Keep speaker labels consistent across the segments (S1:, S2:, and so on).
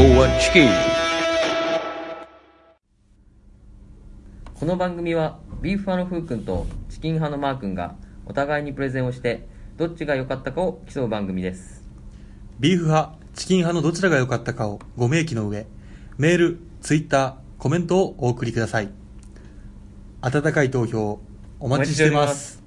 S1: ーこの番組はビーフ派のふうくんとチキン派のマーくんがお互いにプレゼンをしてどっちが良かったかを競う番組です
S2: ビーフ派、チキン派のどちらが良かったかをご明記の上、メール、ツイッター、コメントをお送りください。温かい投票、お待ちしてます。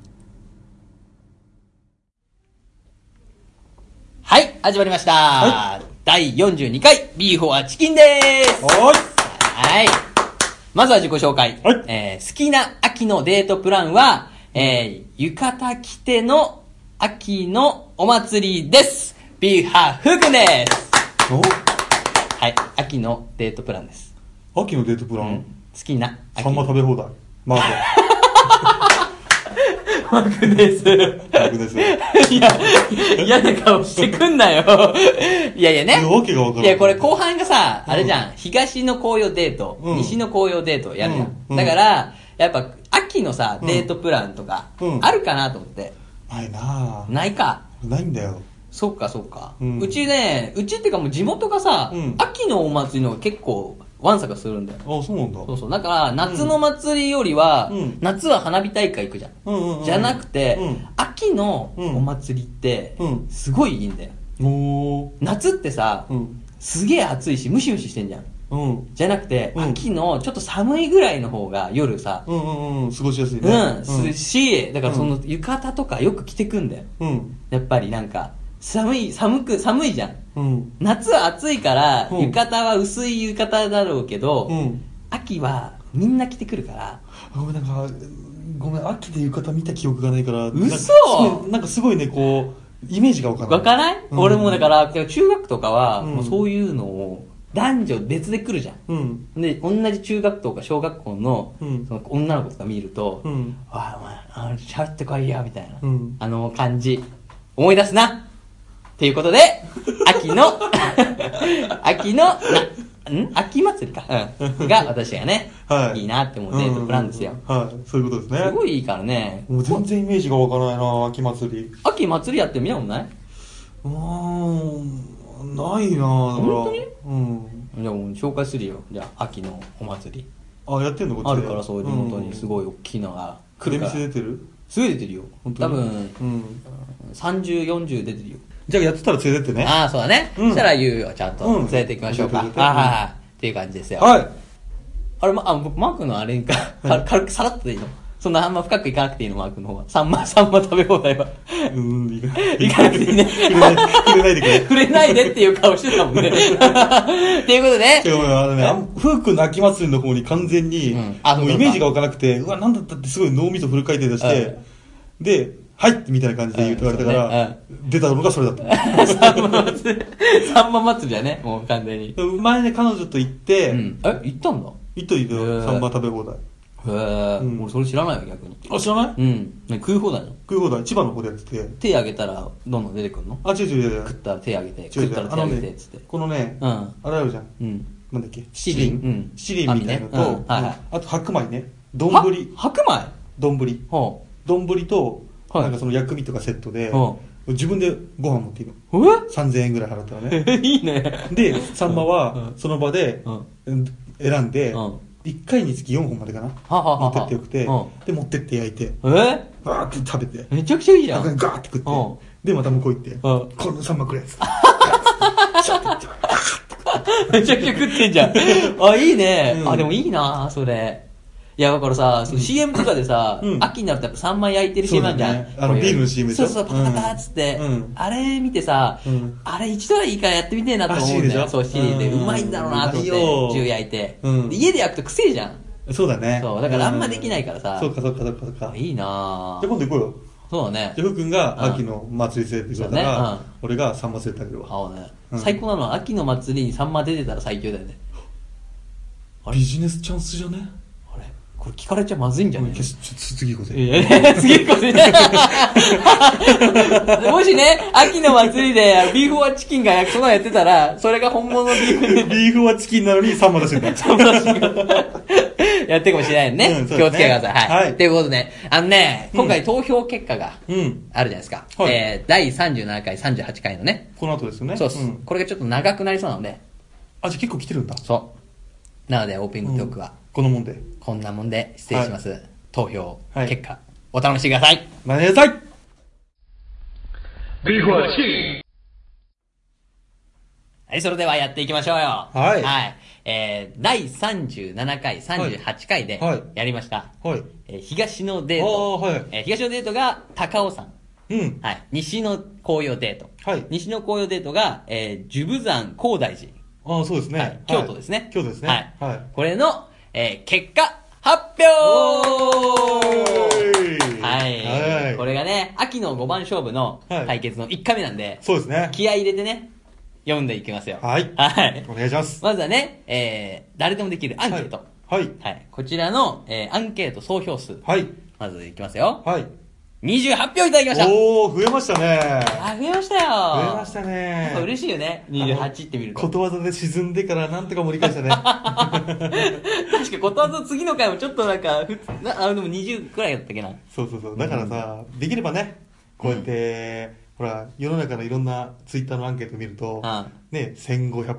S3: はい、始まりました。第42回、ビーフォアチキンです。
S2: おい
S3: はい。まずは自己紹介。
S2: はい
S3: えー好きな秋のデートプランは、えー浴衣着ての秋のお祭りです。ビーハーフくんです。はい、秋のデートプランです。
S2: お秋のデートプラ
S3: うん、好
S2: ン、
S3: きな秋
S2: サンマ食べ放題。マー
S3: マーク です。
S2: ク。マークです。
S3: いや、嫌な顔してくんなよ。 いやいやね。
S2: いやわけがわからん
S3: いや、これ後半がさ、あれじゃん。東の紅葉デート、
S2: うん
S3: 西の紅葉デートやるじゃん。
S2: うん
S3: だから、やっぱ、秋のさ、
S2: うん
S3: デートプランとか
S2: う、ん
S3: あるかなと思って。
S2: ないなぁ。
S3: ないか。
S2: ないんだよ。
S3: そうか、そうか。
S2: うん
S3: うちね、うちっていうかもう地元がさ
S2: うん、
S3: 秋のお祭りの方が結構、わんさかするんだよ。
S2: あ、そうなんだ。
S3: そうそう。だから、夏の祭りよりは
S2: うん、
S3: 夏は花火大会行くじゃん。
S2: うんうんうん
S3: じゃなくて、
S2: う
S3: 秋の
S2: うん
S3: お祭りって
S2: うん、
S3: すごいいいんだよ。
S2: ん。おー。
S3: 夏ってさ、
S2: うん。
S3: すげえ暑いし、ムシムシしてんじゃん。
S2: うん。
S3: じゃなくて、
S2: うん
S3: 秋のちょっと寒いぐらいの方が夜さ、
S2: うんうんうん。過ごしやすいね。
S3: うん、する
S2: う
S3: し、だからその浴衣とかよく着てくんだよ。
S2: ん。
S3: やっぱりなんか、寒い、寒く、寒いじゃん。
S2: うん。
S3: 夏は暑いから、
S2: うん
S3: 浴衣は薄い浴衣だろうけど、
S2: うん。
S3: 秋はみんな着てくるから、
S2: ごめんなんかごめん秋で浴衣見た記憶がないから
S3: 嘘
S2: なんかすごいなんかすごいねこうイメージがわからない
S3: わからない、
S2: うん
S3: 俺もだから、中学とかは、
S2: うん
S3: もうそういうのを男女別で来るじゃん。
S2: うん
S3: で、同じ中学とか小学校の,、
S2: うん
S3: その女の子とか見ると、
S2: うん
S3: わあ、お前、あの喋ってこいよ、みたいな、
S2: うん
S3: あの感じ、思い出すなっていうことで、 秋の、 秋の、なん秋祭りか、うん、が私がね、
S2: はい
S3: いなって思うデートプランですよ。
S2: うんうんうんはいそういうことですね
S3: すごいいいからね。
S2: もう全然イメージがわからないな秋祭りう
S3: 秋祭りやってみたことない
S2: ーんないなだから
S3: 本当に
S2: うん
S3: じゃあもう紹介するよ。じゃあ、秋のお祭り。
S2: あやってんのこっち
S3: あ
S2: で
S3: るから、そういう地元にす
S2: い
S3: ごい大きいのが来
S2: 出
S3: るから。
S2: 店出てる
S3: すごい出てるよ。多
S2: 本当に
S3: 分、
S2: うん
S3: 30、40出てるよ。
S2: じゃあやってたら連れてってね
S3: ああ、そうだね。
S2: うん
S3: そしたら言うよ、ちゃんと。
S2: うん
S3: 連れて行きましょうか。
S2: 連れて
S3: あ
S2: 連れて
S3: あ、っていう感じですよ。
S2: はい
S3: あれ、ま、あ、僕、マークのあれか、軽軽くさらっとでいいの。そんなあんま深くいかなくていいの、マークの方は。サ ンマ、サンマ食べ 放題は。
S2: うん行かない
S3: 行かなくていいね
S2: 触れない触れないでくれ
S3: 触れないでっていう顔してたもん ね。っていうこと
S2: い
S3: で、
S2: や、ごめんあのね、あんフー君の秋祭りの方に完全に、
S3: うんあ
S2: も
S3: そうう
S2: イ
S3: か
S2: メージが湧かなくて、うわ、なんだったってすごい脳みそフル回転出して、
S3: う
S2: で、はいみたいな感じで言うと言われたから、出たのがそれだった。
S3: サンマ祭り、サンマ祭りだね、もう完全に。
S2: 前ね、彼女と行って、
S3: うん。え、行ったんだ。
S2: 行っといて
S3: へー
S2: よ、サンマ食べ放題。
S3: へえ、
S2: うん
S3: 俺それ知らないよ、逆に。
S2: あ、知らない
S3: うん。ね、食い放題の。
S2: 食い放題、千葉の方でやってて。
S3: 手あげたら、どんどん出てくるの
S2: あ、違う違う違う
S3: 食ったら手あげて、
S2: 違う。違
S3: 食
S2: う
S3: っ
S2: 違
S3: た
S2: う
S3: ら
S2: あ
S3: 手あ
S2: の
S3: げて、
S2: ね
S3: つって。、
S2: このね、
S3: うん。
S2: あれあるじゃん。
S3: うん。
S2: なんだっけ
S3: 七輪うん
S2: 七輪みたいなの
S3: 網ね
S2: と
S3: うん、はいはい
S2: あと白米ね。丼。
S3: は
S2: 丼。
S3: 白米ほ
S2: と、
S3: はい
S2: なんかその薬味とかセットで、
S3: うん
S2: 自分でご飯持っていくの。
S3: う。
S2: 3000円ぐらい払ったのね。
S3: え いいね。
S2: で、サンマ
S3: う
S2: は
S3: ん
S2: その場で
S3: うん
S2: 選んで
S3: うん、
S2: 1回につき4本までかな。
S3: はは
S2: 持
S3: は
S2: ってってよくて
S3: う、
S2: で、持ってって焼いて、
S3: え
S2: バーって食べて、
S3: めちゃくちゃいいじゃ
S2: ガー
S3: ん。
S2: って食
S3: うん
S2: って、で、また向こう行って、このサンマくれっ つって。シャッて食って
S3: めちゃくちゃ食ってんじゃん。あ、いいね。
S2: うん
S3: あ、でもいいな、それ。いや、だからさ、その CM とかでさ、
S2: うん
S3: 秋になるとやっぱ3枚焼いてる CM なんじゃん。
S2: そうだねあの
S3: こういう
S2: ビールの CM でし
S3: そ
S2: ょ
S3: うそう、パタパタっつって
S2: うん。
S3: あれ見てさ
S2: うん、
S3: あれ一度はいいからやってみてえなと思うんだ
S2: らしいでしょ
S3: よ。そう、シリーで。う
S2: うん
S3: まいんだろうなと
S2: うま
S3: 思っ
S2: い
S3: て、
S2: よ
S3: 銃焼いて。
S2: うん
S3: で家で焼くとくせえじゃん。
S2: そうだね。
S3: そうだからあんまできないからさ
S2: うんそうかそうかそうかそうか。じゃ
S3: いいな
S2: あ今度行こうよ。
S3: そうだね
S2: じゃ。あふうくんが秋の祭り連れて行くか
S3: そうだ
S2: ら
S3: ね、
S2: 俺がサンマ連れてあげるわ。
S3: あのね、
S2: うん
S3: 最高なのは秋の祭りにサンマ出てたら最強だよね。あれ
S2: ビジネスチャンスじゃね
S3: あれこれ聞かれちゃまずいんじゃない
S2: よしちょちょ次行こうぜ。
S3: ええ、次これね。もしね、秋の祭りでビーフォアチキンがそんなのやってたら、それが本物のビーフで
S2: ビーフはチキンなのにサンマ出してるんだ。
S3: やってるかもしれないよね。
S2: うんそうですね
S3: 気をつけてください。は。
S2: はいい
S3: ということで、あのね、
S2: うん
S3: 今回投票結果が
S2: うん。
S3: あるじゃないですか。
S2: はい
S3: えー、第37回、38回のね。
S2: この後ですよね。
S3: そうっす、
S2: ん
S3: これがちょっと長くなりそうなので、
S2: あ、じゃあ結構来てるんだ。
S3: そう。なので、オープニングトークは、
S2: このもんで。
S3: こんなもんで失礼します。投票、
S2: はい
S3: 結果、お楽しみください。
S2: なめなさい
S3: はい、それではやっていきましょうよ。
S2: はい
S3: はい。えー、第37回、38回で
S2: はい、
S3: やりました。
S2: はい。
S3: えー東のデー
S2: あ
S3: ト。
S2: ーはい
S3: えー東のデートが高尾山。
S2: うん。
S3: はい。西の紅葉デート。
S2: はい
S3: 西の紅葉デートが、えー、ジュブ山高大寺。
S2: ああ、そうですね、
S3: はい京都ですね。
S2: 京都ですね。
S3: はい。
S2: はい。
S3: これの、えー結果、発表はい、
S2: はい。
S3: これがね、秋の5番勝負の
S2: はい
S3: 対決の1回目なんで、
S2: そうですね。
S3: 気合い入れてね、読んでいきますよ。
S2: はい
S3: はい。
S2: お願いします。
S3: まずはね、えー、誰でもできるアンケート。
S2: はい。
S3: はい。こちらの、えーアンケート総票数。
S2: はい。
S3: まずいきますよ。
S2: はい。
S3: 28票いただきました
S2: おー、増えましたね。
S3: あ、増えましたよ
S2: 増えました
S3: やっ
S2: ね
S3: ぱ。嬉しいよね。28って見る。
S2: こととわざで沈んでからなんとか盛り返したね。
S3: 確かことわざ次の回もちょっとなんか、ふつなあ、でも20くらいだったっけな。
S2: そうそうそう。だからさ、できればね、こうやって、ほら、世の中のいろんなツイッターのアンケート見ると、ね、1500票、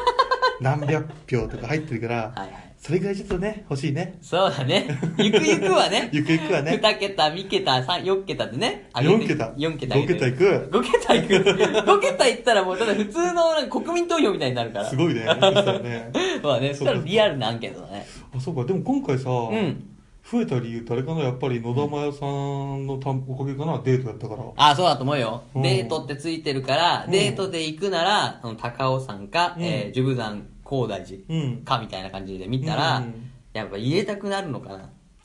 S2: 何百票とか入ってるから、
S3: はいはい
S2: それぐらいちょっとね、欲しいね。。
S3: そうだね。 ゆくゆくはね
S2: ゆくゆくはね
S3: 2桁、3桁、三4桁でね。
S2: 4桁。
S3: 4桁。
S2: 5桁い。く。
S3: 5桁いく。5桁 いったらもうただ普通のなんか国民投票みたいになるから。
S2: すごいね。そしたらね。
S3: まあね、そしたらリアルなアンケートだね。
S2: あ、そうか。でも今回さ、
S3: うん。
S2: 増えた理由ってあれかなやっぱり野田真代さんのたんおかげかなデートやったから。
S3: ああ、そうだと思うよ。
S2: うん
S3: デートってついてるから、
S2: うん
S3: デートで行くなら、その高尾山か、
S2: うん
S3: えー、ジュブ山、高大寺
S2: うん。あ
S3: かみたいな感じで見たら、
S2: うん
S3: やっぱ入れたくなるのかな。
S2: あ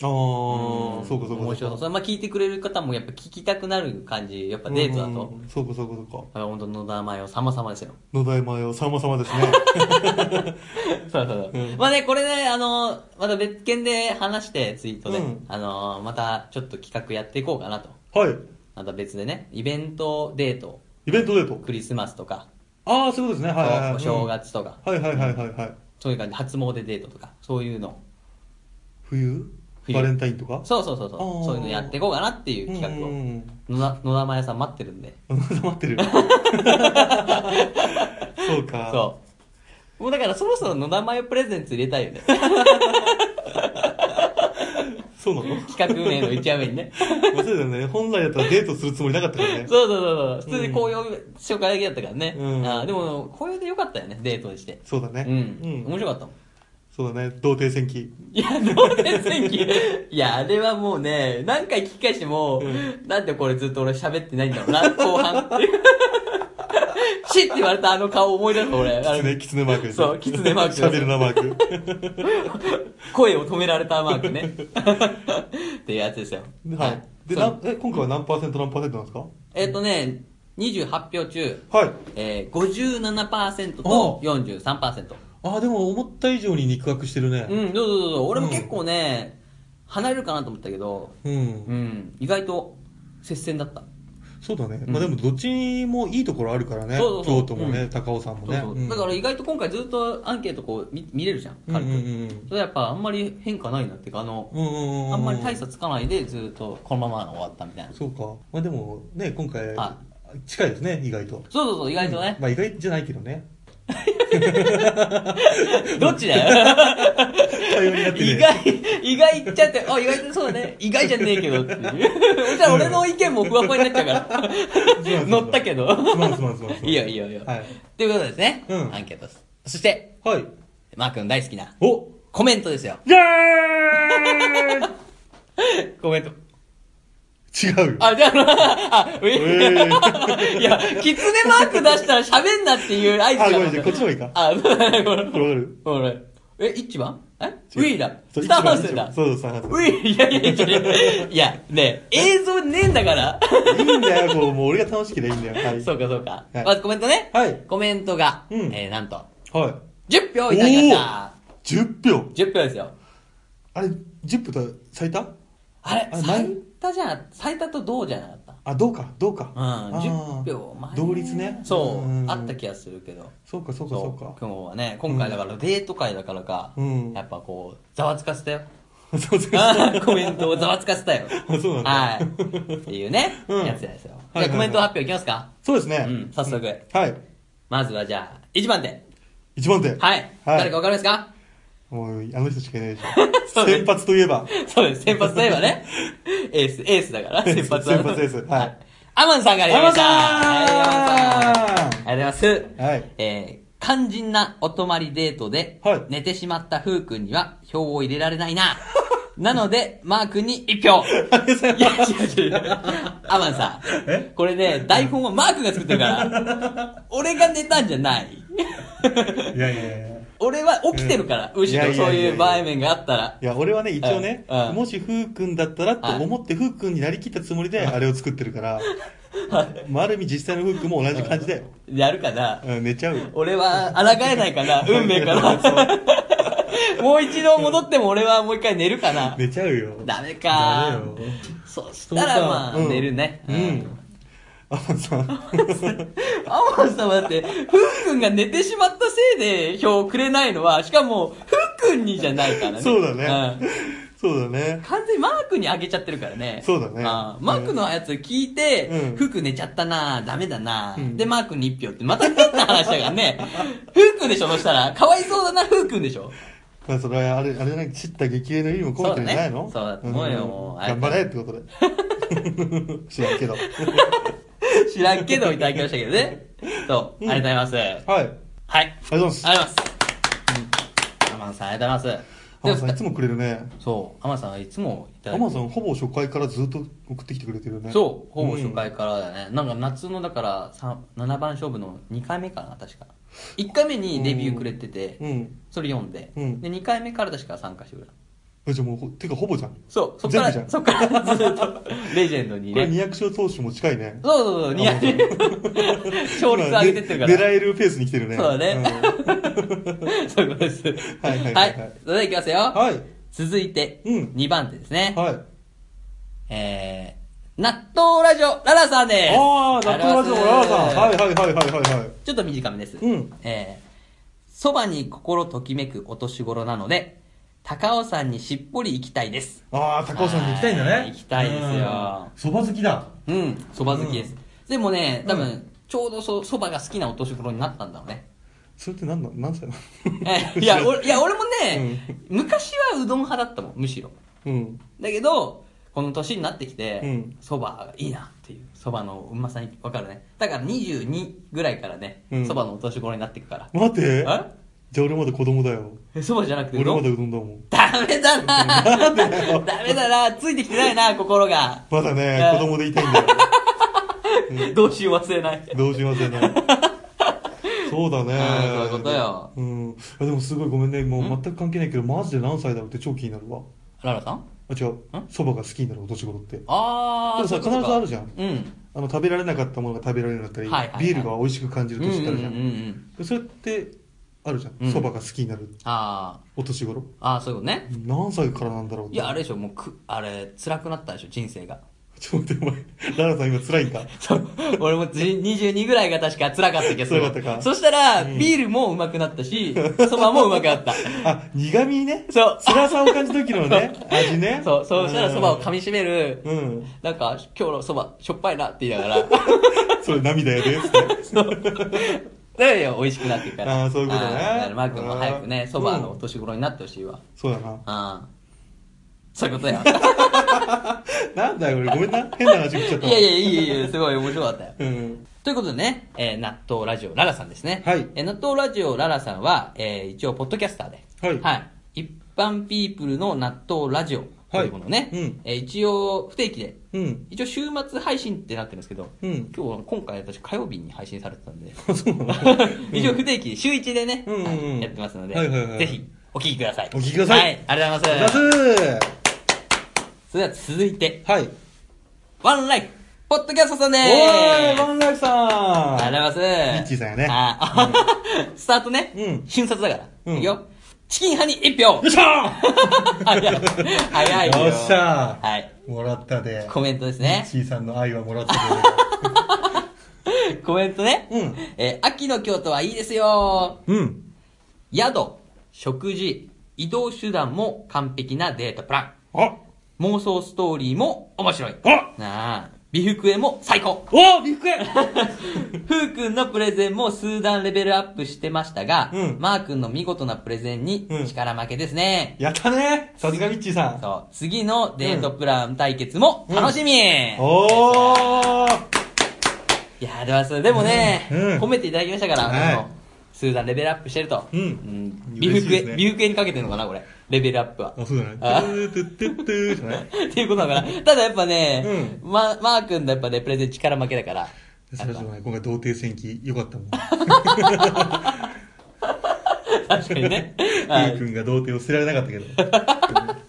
S2: ー、そうかそうかそうか。
S3: 面白そう。それまあ聞いてくれる方もやっぱ聞きたくなる感じ、やっぱデートだと。
S2: うんそうかそうかそうか。
S3: あ本当野田真世様々で すよ。
S2: 野田山よ、さんま様ですね。
S3: そうそうそう。
S2: うん
S3: まあね、これね、あの、また別件で話して、ツイートで、
S2: うん
S3: あの、またちょっと企画やっていこうかなと。
S2: はい。
S3: また別でね、イベントデート、
S2: イベントデート。
S3: クリスマスとか、
S2: ああ、そういうことですね。はいはい、はい。
S3: お正月とか、
S2: うん。はいはいはいはいはい。
S3: そういう感じ、初詣デートとか、そういうの。
S2: 冬
S3: 冬
S2: バレンタインとか
S3: そうそうそうそう
S2: あー、
S3: そういうのやっていこうかなっていう企画
S2: うん
S3: を。
S2: うん
S3: 野田野田真世さん待ってるんで。
S2: うん。黙って る。そうか。
S3: そう。もうだからそろそろ野田真世プレゼンツ入れたいよね。
S2: そうなの
S3: 企画名の一話目にね。
S2: 忘れたね。本来だったらデートするつもりなかったからね。
S3: そうそうそうそう。普通に紅葉紹介だけだったからね。
S2: うん
S3: あーでも、紅葉でよかったよね、デートにして。
S2: そうだね。
S3: うん。面白かったもん。
S2: そうだね。童貞戦記。
S3: いや、どうで戦記いや、あれはもうね、何回聞き返しても、
S2: うん
S3: なんでこれずっと俺喋ってないんだろうな、後半っていう。 シッって言われたあの顔思い出す俺。あ
S2: キツ
S3: の
S2: ネ、キツネマークです
S3: そうキツネマーク
S2: 喋るなマー ク。
S3: 声を止められたマー クね。っていうやつですよ。
S2: はい。で、
S3: そう
S2: なんえ、今回は何パーセント何パーセントなんですか
S3: えっ、とね、28票中、
S2: はい。
S3: えー、57%と43%。
S2: ああ、でも思った以上に肉薄してるね。
S3: うん、どうぞどうぞ。俺も結構ね、離れるかなと思ったけど、
S2: うん。
S3: うん、意外と接戦だった。
S2: そうだね。
S3: うん
S2: まあでもどっちもいいところあるからね。
S3: そうそうそう
S2: 京都もね、高尾山も
S3: そう
S2: ね。
S3: そう
S2: うん
S3: だから意外と今回ずっとアンケートこう見見れるじゃん、
S2: うんう
S3: 軽
S2: ん
S3: く。
S2: うん
S3: それやっぱあんまり変化ないなっていうか、あの、
S2: うんうんうう
S3: あんまり大差つかないでずっとこのまま終わったみたいな。そう
S2: そうか。まあでもね、今回
S3: は、
S2: 近いですね、意外と。
S3: そうそう、意外とね。
S2: まあ意外じゃないけどね。
S3: どっちだよ
S2: 対応になってね
S3: 意外、意外言っちゃって、あ、意外とそうだね。意外じゃねえけどっていう。そしたら俺の意見もふわふわになっちゃうから。乗ったけど。
S2: すまんすまんすまんすまん。
S3: いいよいいよいいよ。
S2: はい。
S3: ということですね。
S2: うん
S3: アンケートです。そして、
S2: はい。
S3: マー君大好きな
S2: お
S3: コメントですよ。
S2: イェーイ
S3: コメント。
S2: 違うよ。
S3: あ、じゃあ、あ、あ、え
S2: え
S3: いや、キツネマーク出したら喋んなっていう合図
S2: あ、
S3: が
S2: ごめん、じゃあこっちの方がいいか。
S3: あ、そうだね、これ
S2: わ。かる
S3: これ。え、一番え
S2: 違
S3: ウ
S2: う
S3: ィーだ。
S2: そう
S3: スターハウスだ。
S2: 一番そうそう、スターハウス。
S3: ウィー、いやいやいやいや、いや、ねえ、映像ねえんだから。
S2: いいんだよ、こう、もう俺が楽しければいいんだよ。はい。
S3: そうかそうか
S2: は。い
S3: まずコメントね。
S2: はい
S3: コメントが、
S2: うん
S3: えー、なんと、
S2: は
S3: 10票いただきました。
S2: い。10票。
S3: 10票ですよ。
S2: あれ、10票だ、最多
S3: あれ、
S2: あ
S3: 最多じゃな、最多と同じゃなかった。
S2: あ、どうか、どうか。
S3: うん、
S2: あー
S3: 10票前。
S2: 同率ね。
S3: そう、
S2: ん
S3: あった気がするけど。
S2: そうか、そうか、そうか。
S3: 今日はね、今回だからデート会だからか、
S2: うん
S3: やっぱこう、ざわつかせたよ。
S2: そうそうそう。
S3: あ ーコメントをざわつかせたよ。
S2: あそうなんだ
S3: はい。っていうね、
S2: うん
S3: やつですよ。
S2: はいはい
S3: じゃあコメント発表いきますか
S2: そうですね。
S3: うん、早速。
S2: はい。
S3: まずはじゃあ、1番手。
S2: 一番手。
S3: はい。誰かわかりますか
S2: もう、あの人しかいないでし
S3: そ
S2: ょ。
S3: うね
S2: 先発といえば。
S3: そうです。先発といえばね。エース、エースだから、先発は。
S2: 先発エースはい。
S3: アマンさんからいただきました。はい、アマンさんありがとうございます。
S2: はい
S3: えー、肝心なお泊まりデートで、
S2: はい
S3: 寝てしまったふうくんには票を入れられないな。 なので、マー君に 一票。いや、違う違う。アマンさ
S2: え
S3: ん。これね、台本はマー君が作ってるから、俺が寝たんじゃない。
S2: いやいやいやいや。
S3: 俺は起きてるから、
S2: うん
S3: むしろそう
S2: いやいやいやい
S3: い
S2: や
S3: う場面があったら
S2: い。や、俺はね、一応ね、
S3: うんうん
S2: もしふうくんだったらと思って、ふうくんになりきったつもりで、あれを作ってる から、まあ、ある意味実際のふうくんも同じ感じだよ。
S3: やるかな。
S2: うん、寝ちゃうよ。
S3: 俺は抗えないか な運命かなもう一度戻っても俺はもう一回寝るかな
S2: 寝ちゃうよ。
S3: ダメか
S2: ダメよ
S3: そしたらまあ、
S2: うん
S3: 寝るね。
S2: うん。 あのさ、
S3: アマンさんはだって、ふっくんが寝てしまったせいで票をくれないのは、しかも、ふっくんにじゃないからね。
S2: そうだね
S3: ん。
S2: そうだね。
S3: 完全にマークにあげちゃってるからね。
S2: そうだね
S3: あーマークのやつ聞いて、
S2: うん
S3: フック寝ちゃったなダメだな、
S2: うん
S3: で、マークに一票って、また変な話だからね。フックんでしょ、そしたら。かわいそうだな、フックんでしょ。
S2: まあ、それはあれ、あれじゃない、知った激励の意味も込めてるんじゃないの
S3: そうだねそうだと思うよもうあれ
S2: 頑張れってことで。 知らんけど。
S3: 知らんけど、いただきましたけどね。そう、
S2: うん
S3: ありがとうございます。
S2: はい。ありが
S3: はい。
S2: とうございます。
S3: ありがとうございます。アマンさん、ありがとうござい
S2: アマ
S3: ま
S2: ン
S3: す。
S2: さんいつ
S3: も、
S2: もくれるね。
S3: そう、アマンさんはいつもいただ
S2: ア
S3: いて
S2: マンさんほぼ初回からずっと送ってきてくれてるよね。
S3: そう、ほぼ初回からだね。なんか夏の、だから、三七番勝負の2回目かな、確か。1回目にレビューくれてて、
S2: うん。
S3: それ読んで、
S2: うん
S3: で、2回目から確か参加してくれた。
S2: えじゃあもうほ、てかほぼじゃん。
S3: そう、そっか
S2: 全部
S3: ら、
S2: じ
S3: そっからずっと、レジェンドに
S2: これ
S3: ね。
S2: 200勝投手も近いね。
S3: そうそうそう、2回目。 勝率上げてってるから。
S2: 今ね狙えるペースに来てるね。
S3: そうだね。そういうことです。
S2: はいはい
S3: は
S2: はいはい
S3: い。それではいきますよ。
S2: うんはい。
S3: 続いて、
S2: うん
S3: 2番手ですね。
S2: はい。
S3: えー、納豆ラジオ、ララさんです。
S2: ああ、納豆ラジオ、ララさん。はいはいはいはいはいはい。
S3: ちょっと短めです。
S2: うん
S3: えーそばに心ときめくお年頃なので、高尾山にしっぽり行きたいです。
S2: ああ、高尾さんに行きたいんだ
S3: はい
S2: ね。
S3: 行きたいですよ
S2: うん。そば好きだ。
S3: うん、そば好きです。
S2: う
S3: でもね、多分、
S2: うん
S3: ちょうどそそばが好きなお年頃になったんだろ うね。
S2: それって何の、何歳な
S3: え
S2: の
S3: いや、俺いや俺もね、昔はうどん派だったもん、むしろ。
S2: うん。
S3: だけど、この年になってき
S2: う
S3: て
S2: ん、
S3: そ、ば、いいなっていう、そばのうまさにわかるね。だから22ぐらいからね
S2: う、ん
S3: そば、のお年頃になっていくから。
S2: 待って。
S3: え
S2: じゃあ俺まだ子供だよ。
S3: え、そばじゃなくてう
S2: 俺
S3: ど
S2: ま
S3: ん
S2: だうどんだもん。
S3: ダメ だなダメだなついてきてないな心が。
S2: まだね、子供でいたいん だよ。
S3: どうしよう忘れない。
S2: どうしますよね。そうだね
S3: うん。そういうことよ
S2: うん。あでもすごいごめんね。もう全く関係ないけど、マジで何歳だろうって超気になるわ。
S3: ララさん
S2: あ、違う。そばが好きになるお年頃って。
S3: あー。
S2: でもさ
S3: そういうこと
S2: 必ずあるじゃん
S3: うん。
S2: あの、食べられなかったものが食べられるようになったり、
S3: はいはいはい
S2: ビールが美味しく感じる年ってあるじゃん。
S3: うんうんうんうん
S2: それって、あるじゃ
S3: うん
S2: ん。そば、が好きになる
S3: あー。
S2: お年頃。
S3: あー、そういうことね。
S2: 何歳からなんだろうって
S3: いや、あれでしょ、もうく、あれ、辛くなったでしょ、人生が。
S2: ちょっと待って、お前、ララさん今辛いんだ。
S3: そう。 俺もじ22ぐらいが確か辛かった気がする。
S2: 辛かったか
S3: そしたら、ビールもうまくなったし、そばもうまく なった。
S2: あ、苦味ね。
S3: そう
S2: 辛さを感じた時の ね、味ね。
S3: そう、そうしたらそばを噛
S2: み。
S3: みしめる。
S2: うん。
S3: なんか、今日のそば、しょっぱいなって言いながら。
S2: それ涙やで、つって。
S3: だよよ、美味しくなっていくから。
S2: あーそういうことね
S3: あーだからマー君も早くね、
S2: うん
S3: そばのお年頃になってほしいわ。
S2: そうだな。
S3: あーそういうことや。
S2: なんだよ、俺、ごめんな。変な話聞いちゃった
S3: い
S2: わ。
S3: やいや、いいいいいい、すごい面白かったよ。
S2: うん。
S3: ということでね、えー納豆ラジオララさんですね。
S2: はい
S3: えー納豆ラジオララさんは、えー一応、ポッドキャスターで。
S2: はい
S3: 一般ピープルの納豆ラジオというものをね、
S2: はいうん
S3: えー一応、不定期で、
S2: うん。
S3: 一応、週末配信ってなってるんですけど、
S2: うん
S3: 今日、今回私火曜日に配信されてたんで、
S2: そうなの
S3: 以上不定期、週1でね、
S2: うんうんうん
S3: はいやってますので、
S2: はいはいはい
S3: ぜひ、お聞きください。
S2: お聞きください
S3: はい、ありがとうござい
S2: 出
S3: ます。
S2: す
S3: それでは続いて、
S2: はい。
S3: ワンライフ、ポッドキャストさんで
S2: お
S3: す
S2: ーい、ワ
S3: ン
S2: ンライフさん
S3: ありがとうございます。
S2: ミッチーさんやね
S3: あースタートね、
S2: うん
S3: 瞬殺だか
S2: う
S3: ら。
S2: ん
S3: いくよ。チキン派に一票
S2: よっしゃ
S3: 早い。早いよ。
S2: よっしゃー
S3: はい。
S2: ーもらったで。
S3: コメントです
S2: ミッ
S3: ね。
S2: チーさんの愛はもらった
S3: コメントね。
S2: うん
S3: えー秋の京都はいいですよ。
S2: で。うん。
S3: 宿、食事、移動手段も完璧なデートプラン。
S2: あ
S3: 妄想ストーリーも面白い。
S2: あ
S3: なあ。美福へも最高
S2: おおびっ くり
S3: ふうくんのプレゼンも数段レベルアップしてましたが、
S2: うん
S3: マー君の見事なプレゼンに
S2: うん
S3: 力負けですね。
S2: やったねさすがミッチーさん。
S3: そう、次のデートプラン対決も楽しみ、
S2: おー
S3: いやーではそれでもね、
S2: うんうん
S3: 褒めていただきましたから、
S2: はい
S3: あの数段レベルアップしてると。
S2: うん
S3: ん美
S2: 嬉しい
S3: 福
S2: で
S3: へ、
S2: すね
S3: 美福へにかけてるのかな、これ。レベルアップは。
S2: あ、そうじゃない
S3: あ
S2: トゥートゥットゥットゥーじゃない
S3: っていうことだから。ただやっぱね、ま、マー君のやっぱね、プレゼン力負けだから。
S2: それじゃない今回童貞戦記、よかったもん。
S3: 確かにね。 は
S2: ゆう
S3: い
S2: くんが童貞を捨てられなかったけど。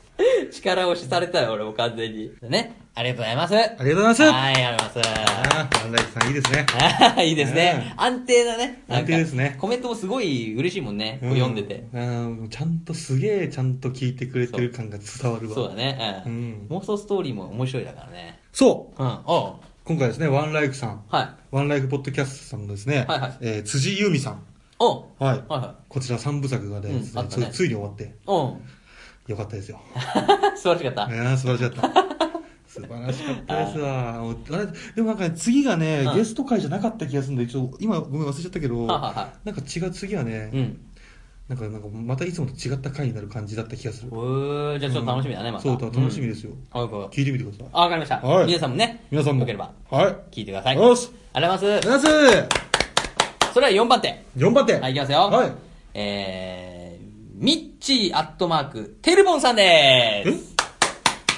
S3: 力押しされたよ、俺も完全に。ね。ありがとうございます。ありが
S2: ありがとうございます
S3: はい、ありがとうございます。
S2: あー、ワンライフさんいいですね。
S3: あーいいです ね
S2: ね。
S3: 安定だね。なんか
S2: 安定ですね
S3: コメントもすごい嬉しいもんね。こう読んでて。
S2: うん。あーちゃんとすげえちゃんと聞いてくれてる感が伝わるわ。
S3: そうだね。う
S2: うん
S3: ん。妄想ストーリーも面白いだからね。
S2: そう
S3: うん。おう
S2: 今回ですね、ワンライフさん。
S3: はい。
S2: ワンライフポッドキャストさんのですね、
S3: はいはい
S2: えー辻由美さん。
S3: おう
S2: はい。
S3: はいはい。
S2: こちら3部作がね、
S3: うんあったね
S2: つついに終わって、
S3: おう
S2: よかったですよ。
S3: 素晴らしかった。
S2: ねえ素晴らしか った。素晴らしかったですわ。もうあれでもなんかね、次がね、
S3: うん
S2: ゲスト会じゃなかった気がするんで、ちょっと今ごめん忘れちゃったけど、
S3: ははは
S2: なんか違う次はね、
S3: うん。
S2: なんかなんかまたいつもと違った回になる感じだった気がする。
S3: おーじゃあちょっと楽しみだね、また。
S2: そうだ、楽しみ
S3: で
S2: ですよ。
S3: す。おうおうおう
S2: 聞いてみてください。
S3: あ、わかりました。
S2: はい
S3: 皆さんもね、
S2: 皆さんも。
S3: よければ、
S2: はい。
S3: 聞いてください。
S2: よし
S3: ありがとうございま
S2: 皆さん
S3: す。それでは4番手。
S2: !4 番手
S3: はい、いきますよ。
S2: はい。
S3: えー、ミッチーアットマーク、テルボンさんでーす。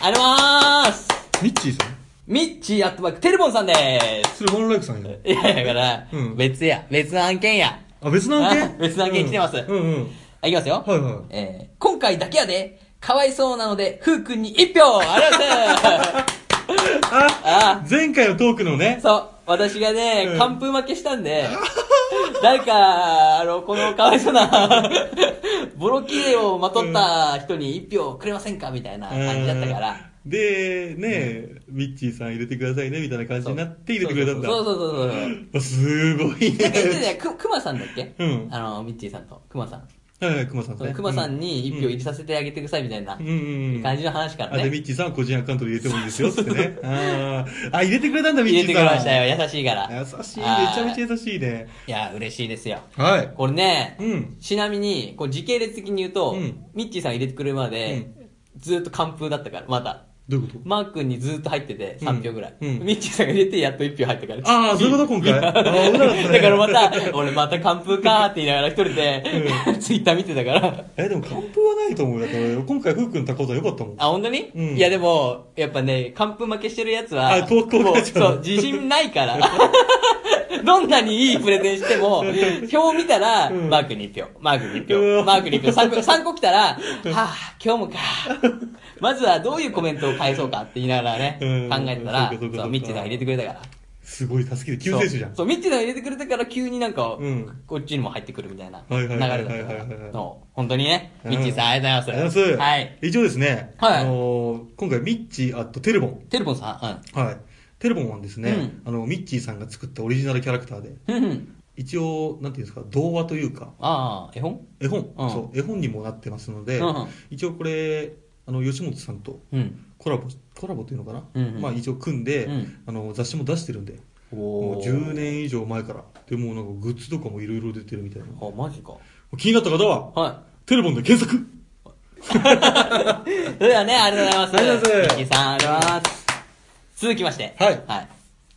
S3: ありがとうございます。
S2: ミッチーさん
S3: ミッチーアットマーク、テルボンさんでー
S2: それワンライフさんよ。
S3: す。いや、だから、
S2: うん
S3: 別や、別の案件や。
S2: あ、別の案
S3: あ
S2: 件
S3: 別の案件来てます
S2: うんうんうん。
S3: はい、いきますよ。
S2: はいはい
S3: えー、今回だけやで、かわいそうなので、ふうくんに一票ありがとうございます。
S2: あ前回のトークのね、
S3: そう、私がね
S2: うん、
S3: 完封負けしたんで、誰か、あの、このかわいそうな、 ボロキレをまとった人に一票くれませんかみたいな感じだったから。
S2: うんでねえ、ミッチーさん入れてくださいねみたいな感じになって入れてくれたんだ
S3: そうそうそうそうそう。
S2: あすごい
S3: なんか言って
S2: ね
S3: たよ、く、くまさんだっけ
S2: うん
S3: あの、ミッチーさんと、くまさん。
S2: はいはいクマさん
S3: そ
S2: ね
S3: うくまさんに一票入れさせてあげてくださいみたいな
S2: うんうんうん
S3: 感じの話から
S2: あでミ
S3: ね。
S2: ッチーさんは個人アカウントで入れてもいいですよっつってねあーあ入れてくれたんだミ
S3: 入
S2: ッ
S3: れ
S2: チー
S3: てく
S2: さん
S3: れましたよ、優しいから。
S2: 優しいめ
S3: はい
S2: ちゃめちゃ優しいね
S3: いや、嬉しいですよ。
S2: はい
S3: これね、
S2: うん
S3: ちなみにこう時系列的に言うと、
S2: うん
S3: ミッチーさん入れてくれるまで、ずっと完封だったからまた
S2: どういうこと
S3: マー君にずっと入ってて
S2: うん
S3: 3票ぐらい、
S2: うん
S3: ミッチーさんが入れてやっと1票入ったから
S2: あーそういうこと今回
S3: や
S2: あー危なかったね
S3: だからまた俺また完封かーって言いながら一人で、 ツイッター見てたから
S2: えでも完封はないと思うよだから今回フー君の高尾さんよかったもん
S3: あ、本当に、
S2: うん
S3: いやでも、やっぱね、完封負けしてるやつは、
S2: あとうとう
S3: も
S2: なっ
S3: う
S2: ちゃう
S3: そう、自信ないから。 どんなにいいプレゼンしても、表を見たら、
S2: うん
S3: マークに1票、マークに
S2: う
S3: 1
S2: わ
S3: 票、マークに1票、3個、三個来たら、はぁ、今日もか。まずはどういうコメントを返そうかって言いながらね、
S2: うん
S3: 考えてたら、
S2: そうかそうか
S3: そうミッチーさん入れてくれたから。
S2: すごい助けて救世主じゃん
S3: そう、そうミッチーさん入れてくれたから急になんか、
S2: うん
S3: こっちにも入ってくるみたいな流
S2: はいは
S3: れ
S2: い
S3: だ
S2: はいはい
S3: った
S2: は
S3: か
S2: いはい
S3: ら。そう、本当にね、ミッチーさんありがとう
S2: あ
S3: ご
S2: りがと
S3: ざいます。
S2: うございます
S3: はい。
S2: 以上ですね
S3: はい
S2: あのー今回ミッチーあとテルボン
S3: テルポンさん、うん。
S2: はい。テルボンはですね、
S3: うん
S2: あの、ミッチーさんが作ったオリジナルキャラクターで、
S3: うんうん。
S2: 一応、なんていうんですか、童話というか、
S3: ああ、絵本
S2: 絵本、
S3: うん
S2: そう、絵本にもなってますので、
S3: うんうん
S2: 一応これ、あの、吉本さんと
S3: うん。
S2: コラボ、コラボというのかな、
S3: うんうん
S2: まあ一応組んで、
S3: うん
S2: あの、雑誌も出してるんで、もう10年以上前から、でもうなんかグッズとかもいろいろ出てるみたいな。
S3: あ、マジか。
S2: 気になった方は、
S3: は
S2: テルボンで検索
S3: い。それではね、あり がとうございます。
S2: ありがとうございます
S3: ミッキーさん、ありがとうございます。続きまして。
S2: はい
S3: はい。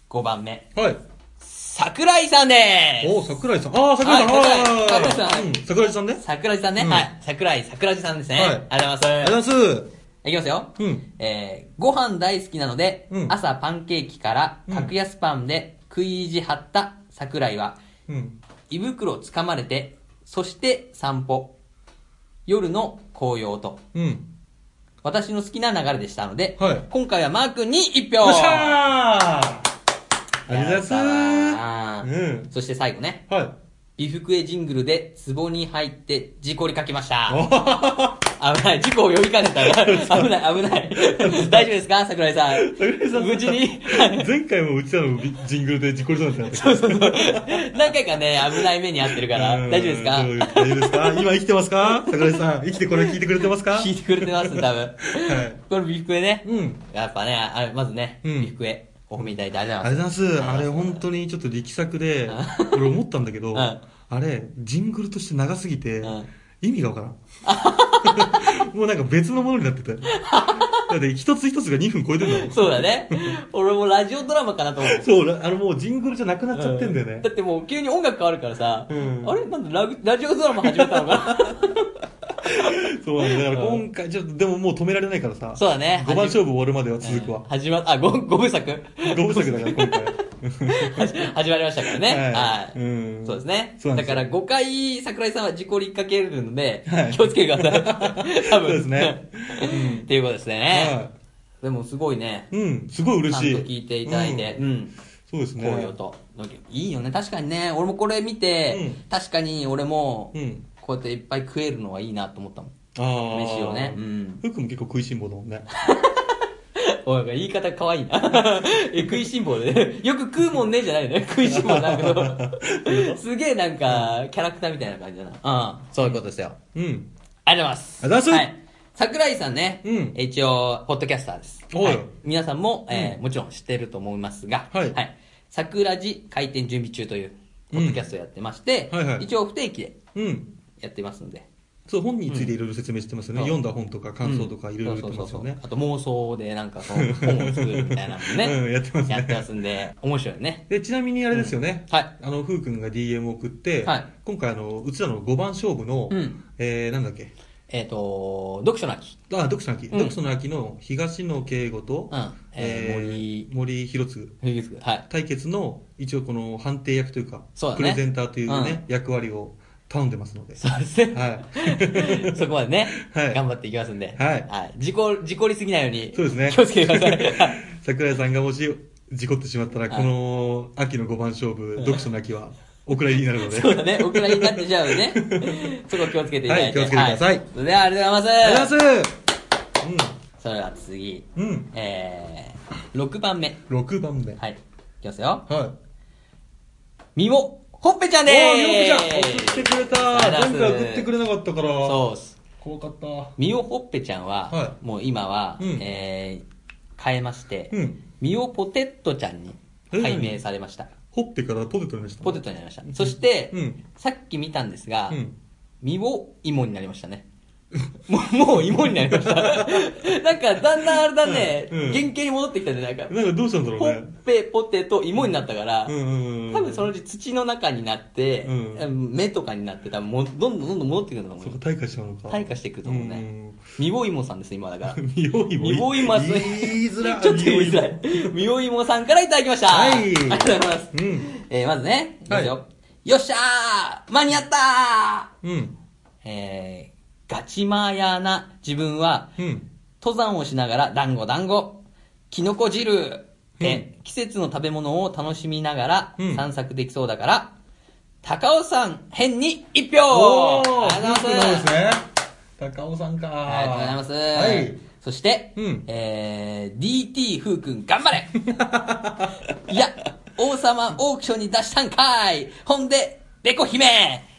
S3: 5番目。
S2: はい。
S3: 桜井さんで
S2: お桜井さん。ああ、桜井さん。
S3: はい
S2: あー
S3: 桜井さん
S2: うん桜井さんね
S3: す。。桜井さんね。
S2: うん
S3: はい。桜井、桜井さんです
S2: は
S3: ね。
S2: い
S3: ありがとうござ
S2: あ
S3: い
S2: り
S3: ます。
S2: がとうございます。
S3: いきますよ。
S2: うん。
S3: えー、ご飯大好きなので、
S2: うん
S3: 朝パンケーキから
S2: うん
S3: 格安パンで食い意地張った桜井は、
S2: うん。
S3: 胃袋をつかまれて、そして散歩。夜の紅葉と。
S2: うん。
S3: 私の好きな流れでしたので、
S2: はい
S3: 今回はマー君に一票
S2: よっしゃーありがとうござい
S3: や
S2: ま
S3: っ
S2: す。
S3: たわそして最後ね、
S2: うん。はい。
S3: 美福へジングルで壺に入って事故りかけました。
S2: あ
S3: 危ない、事故を呼びかねた ら、危ない、危ない。大丈夫ですか桜井さん。
S2: 桜井さん
S3: 無事に。
S2: 前回もうちらのビジングルで事故りそうになってた。
S3: 何回かね、危ない目に遭ってるから、
S2: うん
S3: 大丈夫ですか
S2: 大丈夫ですか今生きてますか桜井さん、生きてこれ聞いてくれてますか
S3: 聞いてくれてます、多分。
S2: はい
S3: この美福へね。
S2: うん。
S3: やっぱね、あまずね、
S2: うん
S3: 美福へ。お褒めいただいてありが
S2: あ
S3: とう
S2: れ
S3: ござい
S2: だ、
S3: ます
S2: あれ
S3: うん
S2: 本当にちょっと力作で
S3: あ、
S2: 俺思ったんだけど、
S3: あ
S2: あれ、ジングルとして長すぎて
S3: あ、
S2: 意味がわからん。もう なんか別のものになってたよ。だって一つ一つが2分超えて るんだもん。
S3: そうだね。俺もラジオドラマかなと思う。
S2: そう、あのもうジングルじゃなくなっちゃってんだよね
S3: だ。ってもう急に音楽変わるからさ、
S2: うん
S3: あれなんだラグラジオドラマ始めたのか
S2: そうなんだよ。だから今回、ちょっとでももう止められないからさ、
S3: なそうだね。
S2: 5番勝負終わるまでは続くわ。
S3: 始ま、あ、ご、ご部作
S2: 5部作だから今回。
S3: 始始まりましたからね。はい。
S2: うん。
S3: そうですね。
S2: そうなん
S3: だ
S2: です
S3: か
S2: よ
S3: ら5回桜井さんは事故りかけるので、
S2: はい
S3: 気をつけてくだ さい。多分。
S2: そうですね
S3: っていうことですね。
S2: は
S3: でもすごいね。
S2: い。うん、すごい
S3: ち
S2: 嬉
S3: ゃん
S2: しい。
S3: と聞いていただいて、
S2: う。
S3: うんん。
S2: そうですね。
S3: 紅葉と。いいよね。確かにね。俺もこれ見て、
S2: うん
S3: 確かに俺も、
S2: うん。
S3: こうやっていっぱい食えるのはいいなと思ったもん。
S2: ああ。
S3: 飯をね。うん。
S2: ふくも結構食いしん坊だもんね。
S3: おいなんか言い方可愛いな。 え、食いしん坊で。よく食うもんねじゃないよね。食いしん坊なん だけど。すげえなんか、キャラクターみたいな感じだな。うん。そういうことですよ。
S2: うん。
S3: ありがとうございます。
S2: ありがとうございます
S3: はい。桜井さんね、
S2: うん
S3: 一応、ポッドキャスターです。
S2: おい
S3: はい。皆さんも、えー
S2: う
S3: もちろん知ってると思いますが、
S2: はい
S3: 桜寺開店準備中という、ポッドキャストをやってまして、
S2: うんはいはい
S3: 一応不定期で
S2: うん。
S3: やってますので。
S2: そう、本についていろいろ説明してますよね。
S3: うん
S2: 読んだ本とか感想とかいろいろ
S3: そ
S2: 言って
S3: うそ
S2: ま
S3: う
S2: す
S3: そ
S2: よ
S3: う
S2: ね。
S3: あと妄想でな んかその本を作るみたいなのもね。
S2: うんやってますね
S3: やってますんで、面白いね。
S2: で、ちなみにあれですよね。
S3: うんはい
S2: あの、ふうくんが DM を送って、
S3: はい
S2: 今回あの、うちらの5番勝負の、
S3: うん
S2: えー、なんだっけ。
S3: えっ、と、読書の秋。
S2: あ、読書の秋。読書の秋の東野圭吾と、
S3: うんえー森
S2: 森弘次。
S3: 藤木君はい。
S2: 対決の、一応この判定役というか、
S3: そうだね
S2: プレゼンターというね、役割を頼んでますので。
S3: そうですね。
S2: は
S3: そこまでね、
S2: はい
S3: 頑張っていきますんで。
S2: はい
S3: 事故、事故りすぎないように。
S2: そうですね
S3: 気をつけてください。
S2: い。 桜井さんがもし、事故ってしまったら、
S3: はい
S2: この秋の5番勝負、読書の秋は、お蔵入りになるので。
S3: そうだね。お蔵になってちゃうね。 そこ気をつけていただいて。
S2: はい気をつけてください
S3: はそれでは、ありがとうございます。
S2: ありがとうございます
S3: それでは次、
S2: うん。うん。
S3: えー、6番目。
S2: 6番目。はい。
S3: はい。いきますよ。
S2: は
S3: みも、ほっぺちゃん
S2: い。
S3: で
S2: おー、
S3: ー
S2: みおこちゃん送ってくれ
S3: ありが
S2: た
S3: とう
S2: 前
S3: ご
S2: 回
S3: ざいます
S2: 送ってくれなかったから。
S3: そうっす。
S2: 怖かった。
S3: みおほっぺちゃんは、
S2: は
S3: もう今は、
S2: うん
S3: えー、変えまして、
S2: うん
S3: みおポテットちゃんに改名されました。
S2: ほっぺからポテトにした。
S3: ポテ
S2: ト。
S3: トになりました。そして、
S2: うん
S3: さっき見たんですが、
S2: うん
S3: 身を芋になりましたね。 もう、もう芋になりました。なんか、だんだんあれだね、
S2: うん
S3: 原型に戻ってきたじゃないか。
S2: なんかどうしたんだろう
S3: ほ
S2: ね
S3: っ。ぺ、ポテト、芋になったから、
S2: うんうんうん。
S3: 多分そのうち土の中になって、
S2: う
S3: 目とかになって、多分もうどんどんどんどん戻ってくると思う
S2: そ
S3: よ
S2: こ。退化しちゃうのか。
S3: 退化していくと思う
S2: うん
S3: ね。みぼいもさんです、今だから。
S2: みおいも。
S3: みぼいもさん。
S2: 言いづらい。
S3: ちょっと言いづらい。みぼいもさんからいただきました。
S2: はい
S3: ありがとうございます。
S2: うん
S3: えー、まずね、いきますよ。
S2: は
S3: よっしゃー間に合ったー
S2: うん。
S3: えー、ガチマーヤーな自分は、
S2: うん。
S3: 登山をしながら団子団子、キノコ汁で、季節の食べ物を楽しみながら
S2: うん
S3: 散策できそうだから、高尾山編に一票ありがとうござ
S2: そ
S3: い
S2: う
S3: ま
S2: ですす。ね。高尾さんか。
S3: ありがとうございます。
S2: はい。
S3: そして、
S2: うん
S3: えー、DT 風くん頑 張れいや、王様オークションに出したんかいほんで、レコ姫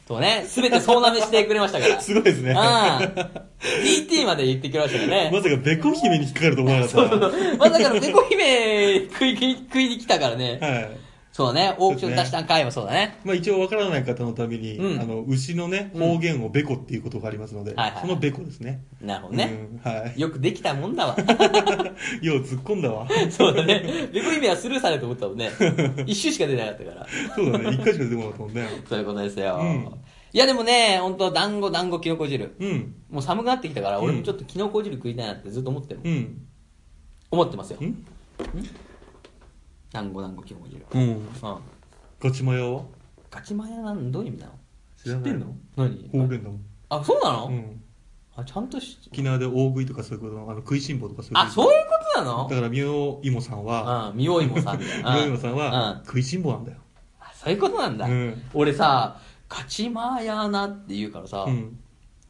S3: とね、すべて総なめしてくれましたか ら。
S2: すごいですね。
S3: ああ DT まで言ってきましたよ
S2: ま
S3: ね。
S2: さかベコ姫に引っかかると思わなかった。
S3: まさかの猫姫食いに、食いに来たからね。
S2: はい。
S3: そうだね、オークション出したんかいもそうだね。
S2: まあ一応わからない方のために、
S3: うん
S2: あの、牛のね、方言をベコっていうことがありますので、
S3: んはいはい
S2: そのベコですね。
S3: なるほどね。
S2: うんはい。
S3: よくできたもんだわ。
S2: よう突っ込んだわ。
S3: そうだね。猫姫はスルーされると思ったもんね。 一周しか出なかったから。
S2: そうだね。一回しか出てこなかったもんね。
S3: そういうことですよ。
S2: うん
S3: いやでもね、ほんと、団子団子きのこ汁。
S2: うん。
S3: もう寒くなってきたから、
S2: うん
S3: 俺もちょっときのこ汁食いたいなってずっと思ってる、
S2: うん。
S3: 思ってますよ
S2: う。ん
S3: 団子団子きのこ汁。
S2: うん。
S3: うん。
S2: ガチマヤは
S3: ガチマヤなんどういう意味なの
S2: 知らない
S3: 知ってんの何
S2: 方言だもん。
S3: あ、そうなの、
S2: うん。
S3: あ、ちゃんとし、
S2: 沖縄で大食いとかそういうこと、あの、食いしん坊とかそういうこと。
S3: あ、そういうことなの
S2: だから、みおいもさんは、
S3: うん、みおいもさんだ
S2: み おいもさん
S3: うん
S2: は、、食いしん坊なんだよ。
S3: あそういうことなんだ。
S2: うん
S3: 俺さ、ガチマーヤーなって言うからさ、
S2: うん。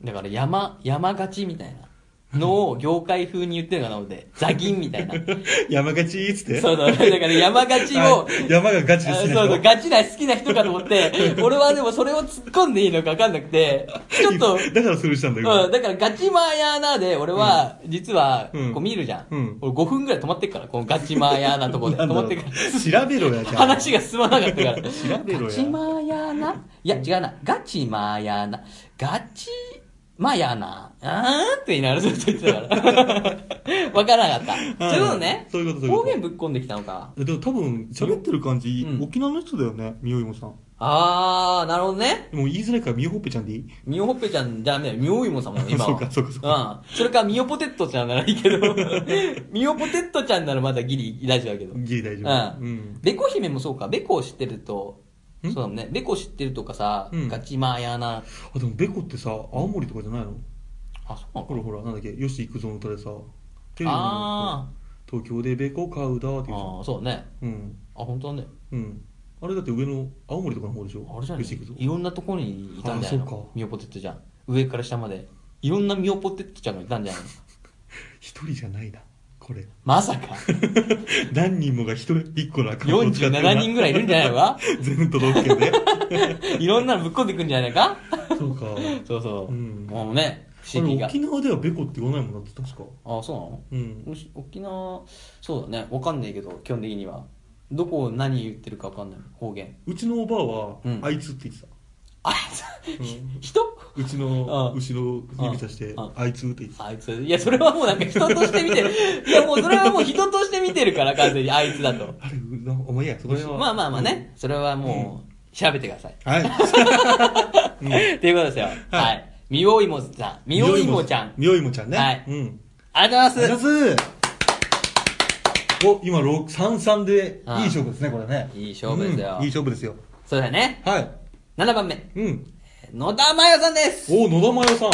S3: だから山、山ガチみたいな。のを業界風に言ってるのかな、俺で。ザギンみたいな。
S2: 山勝ちっつって。
S3: そうそう。だから山勝ちを、
S2: はい山がガチで
S3: あ
S2: す
S3: そう
S2: ね。
S3: そう、ガチな好きな人かと思って、俺はでもそれを突っ込んでいいのか分かんなくて、ちょっと、
S2: だからスルーしたんだよ。
S3: うんだからガチマーヤーなで、俺は、実は、
S2: うん
S3: こう見るじゃん。
S2: うん
S3: 俺5分ぐらい止まってっから、このガチマーヤーなとこで。
S2: な
S3: 止
S2: んだろ
S3: ま
S2: う
S3: ってっから。
S2: 調べろや、じゃあ
S3: 話が進まなかったから。
S2: 調べろや
S3: ガチマーヤーないや、違うな。ガチマーヤーな。ガチマーヤーな。うーんって言いながらずっと言ってたから。 わからなかった。
S2: うん
S3: そういうことね。
S2: そういうことそういうこ
S3: 方
S2: と
S3: 言ぶっこんできたのか。
S2: でも多分、喋ってる感じ、
S3: うん
S2: 沖縄の人だよね、みおいもさん。
S3: あー、なるほどね。
S2: もう言いづらいからみおほっぺちゃんでいい
S3: ミオほっぺちゃんじゃねえ、ミオイモさんも今は。
S2: そうかそうかそうか
S3: うん。それか、ミオポテットちゃんならいいけど、ミオポテットちゃんならまだギリ大丈夫だけど。
S2: ギリ大
S3: う
S2: 丈夫。
S3: ん。。ベコ姫もそうか、ベコを知ってると、
S2: ん
S3: そうだもんね、ベコ知ってるとかさ、
S2: うん
S3: ガチマーヤーな、
S2: あ、でもベコってさ、青森とかじゃないの
S3: あ、そうなの
S2: ほらほら、なんだっけ、よし行くぞの歌でさ、テレビの
S3: あ
S2: 東京でベコ買うだって
S3: ー
S2: いうじ
S3: あー、そうね。
S2: ゃん。うん。
S3: あ、本当だね。
S2: うん。あれだって上の青森とかの方でしょ
S3: あれじゃない
S2: よし行くぞ。
S3: いろんなところにいたんじ
S2: あー
S3: ゃない
S2: そう
S3: の
S2: か
S3: ミオポテットちゃん。上から下まで。いろんなミオポテットちゃんがいたんじゃないの
S2: 一人じゃないな、これ。
S3: まさか。
S2: 何人もが一人一個のアカウント使ってるな
S3: 47人ぐらいいるんじゃないわ
S2: 全都道府県で。
S3: いろんなのぶっこんでくんじゃないか
S2: そうか。
S3: そうそ
S2: う
S3: う。
S2: ん
S3: もうね、不
S2: あ
S3: 思議
S2: れ
S3: が。
S2: 沖縄ではベコって言わないもんだって確か。
S3: ああ、そうなの
S2: うん。
S3: もし沖縄、そうだね。わかんないけど、基本的には。どこを何言ってるかわかんない。方言。
S2: うちのおばあは、
S3: うん
S2: あいつって言ってた。
S3: あいつ、ひ人
S2: うち
S3: ああ
S2: の後ろ指さして
S3: あ、
S2: あいつって言ってた。
S3: あいつ、いや、それはもうなんか人として見てる。いや、もうそれはもう人として見てるから、完全に。あいつだと。
S2: あれ、うなお前いいや、そこら辺は。
S3: まあまあまあね。それはもう、調べてください。
S2: うん。はい。
S3: ということですよ。はい。みおいもさん。みおいもちゃん。
S2: みおいもちゃんね。
S3: はい
S2: うん。
S3: ありがとうござい
S2: 二
S3: ま
S2: つ
S3: す。
S2: お、今、六三三で、いい勝負ですね、これね。
S3: いい勝負ですよ
S2: うんいい勝負ですよ。
S3: そうだね。
S2: は
S3: 7番目。
S2: い。うん。
S3: 野田真代さんです。
S2: お、野田真代さん。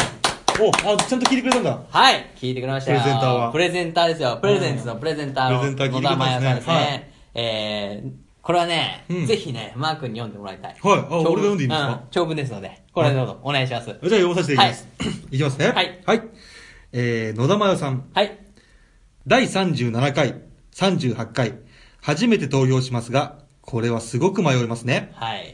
S2: お、あ、ちゃんと聞いてくれたんだ。
S3: はい、聞いてくれましたよ。
S2: プレゼンターは
S3: プレゼンターですよ。プレゼンツのプレゼンターの
S2: プレゼンター聞
S3: 野
S2: いてく
S3: 田
S2: れ
S3: 真
S2: た
S3: 也
S2: ん
S3: さん
S2: で
S3: ですす
S2: ね
S3: ね。えー、これはね、
S2: うん
S3: ぜひね、マー君に読んでもらいたい。
S2: はいあ
S3: 長文
S2: 俺が読んでいいんですか
S3: う長文ですので、これどうぞ、お願いします。
S2: じゃあ、読まさせていただきます。いきますね。
S3: はい
S2: はい。えー、野田真代さん。
S3: はい。
S2: 第37回、38回、初めて投票しますが、これはすごく迷いますね。
S3: はい。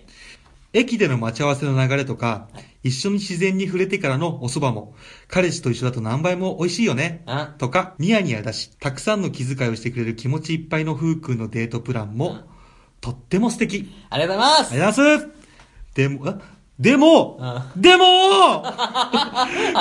S2: 駅での待ち合わせの流れとか、一緒に自然に触れてからのお蕎麦も、彼氏と一緒だと何倍も美味しいよね
S3: あ。
S2: とか、ニヤニヤだし、たくさんの気遣いをしてくれる気持ちいっぱいの風君のデートプランも、とっても素敵。
S3: ありがとうございま
S2: あ
S3: す
S2: り。がとうございますでも、あでも、
S3: う
S2: でも、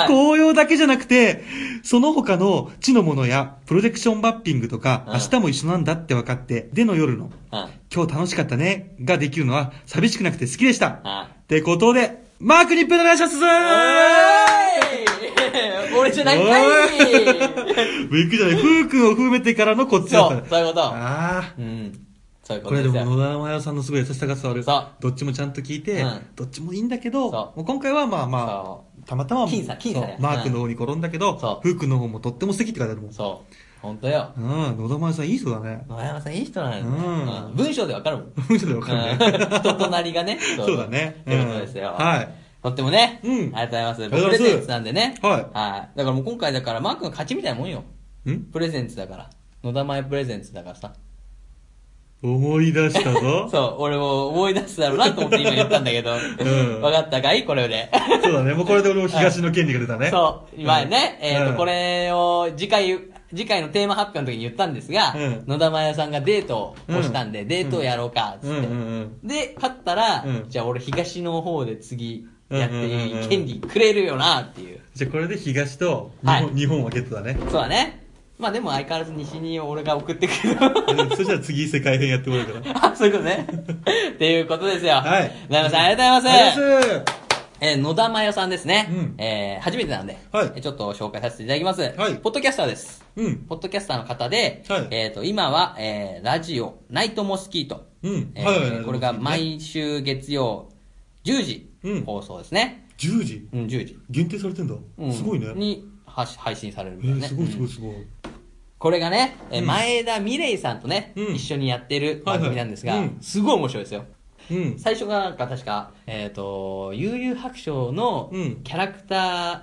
S2: 紅葉だけじゃなくて、その他の地のものやプロジェクションマッピングとか、
S3: うん
S2: 明日も一緒なんだって分かって、での夜の、
S3: あ
S2: 今日楽しかったね、ができるのは寂しくなくて好きでした。
S3: あ
S2: ってことで、マークに分お願いします
S3: おーい俺じゃないかい
S2: ウィークじゃない、ふうくんを含めてからのこっちだっ
S3: そ
S2: た
S3: う、。そういうこと。
S2: ああ。
S3: うん。そういうこ
S2: ことれ
S3: で
S2: ですも
S3: よ。
S2: 野田真代さんのすごい優しさが伝わる。
S3: そう
S2: どっちもちゃんと聞いて、
S3: うん
S2: どっちもいいんだけど、
S3: そ
S2: も
S3: う
S2: う今回はまあま
S3: そ
S2: あ、たまたま、
S3: 僅差僅差だよ
S2: そうマークの方に転んだけ
S3: うん
S2: ど
S3: そ、う
S2: ふうくんの方もとっても素敵って書いてあるもん。
S3: そう。本当よ。
S2: うん、野田真代さんいい人だね。
S3: 野山さんいい人なんよ
S2: うん
S3: ね。うん文章でわかるもん。
S2: ちょっとわかんない。
S3: うん人となりがね。
S2: そうだね
S3: ということですよ。
S2: うんはい。
S3: とってもね。
S2: うん
S3: ありがとうございます。
S2: ありがとうございます
S3: プレゼンツなんでね。
S2: はい
S3: はい。だからもう今回だから、マー君が勝ちみたいなもんよ。
S2: ん
S3: プレゼンツだから。野田前プレゼンツだからさ。
S2: 思い出したぞ。
S3: そう、俺も思い出すだろうなと思って今言ったんだけど。
S2: ん
S3: わかったかいこれで。
S2: そうだね。もうこれで俺も東の権利が出たね。
S3: そう、今ね、
S2: うん
S3: えっ、と、
S2: うん
S3: これを次回、次回のテーマ発表の時に言ったんですが、
S2: うん
S3: 野田真也さんがデートをしたんで、
S2: うん
S3: デートをやろうか、つって、
S2: うんうん
S3: で、勝ったら、
S2: うん
S3: じゃあ俺東の方で次やって
S2: うんうんうんうん
S3: 権利くれるよな、っていう。
S2: じゃあこれで東と日本,、
S3: はい
S2: 日本はゲットだね。
S3: そうだね。まあでも相変わらず西に俺が送ってくる。
S2: そしたら次世界編やってもらうから。
S3: あ、そういうことね。っていうことですよ。
S2: はい
S3: 野田さん、ありがとうございます。
S2: ありがとうございます
S3: えー野田真代さんですね。
S2: うん
S3: えー初めてなんで、
S2: はい
S3: えーちょっと紹介させていただきます。
S2: はい
S3: ポッドキャスターです。
S2: うん。
S3: ポッドキャスターの方で、
S2: はい
S3: えっ、と、今は、えーラジオ、ナイトモスキート。
S2: うん
S3: えー
S2: はいはいはい
S3: これが毎週月曜10時
S2: うん
S3: 放送ですね。
S2: 10時
S3: うん、10時。
S2: 限定されてんだ。
S3: うん
S2: すごいね。
S3: にはし配信される
S2: え
S3: みた
S2: ー、
S3: いね。
S2: すごいすご
S3: う
S2: い
S3: ん
S2: すごい。
S3: これがね、えー
S2: うん
S3: 前田美玲さんとね、
S2: うん
S3: 一緒にやってる番組なんですが、
S2: はいはいうん
S3: すごい面白いですよ。
S2: うん。
S3: 最初がなんか確か、えっ、と、悠々白書の
S2: うん
S3: キャラクター、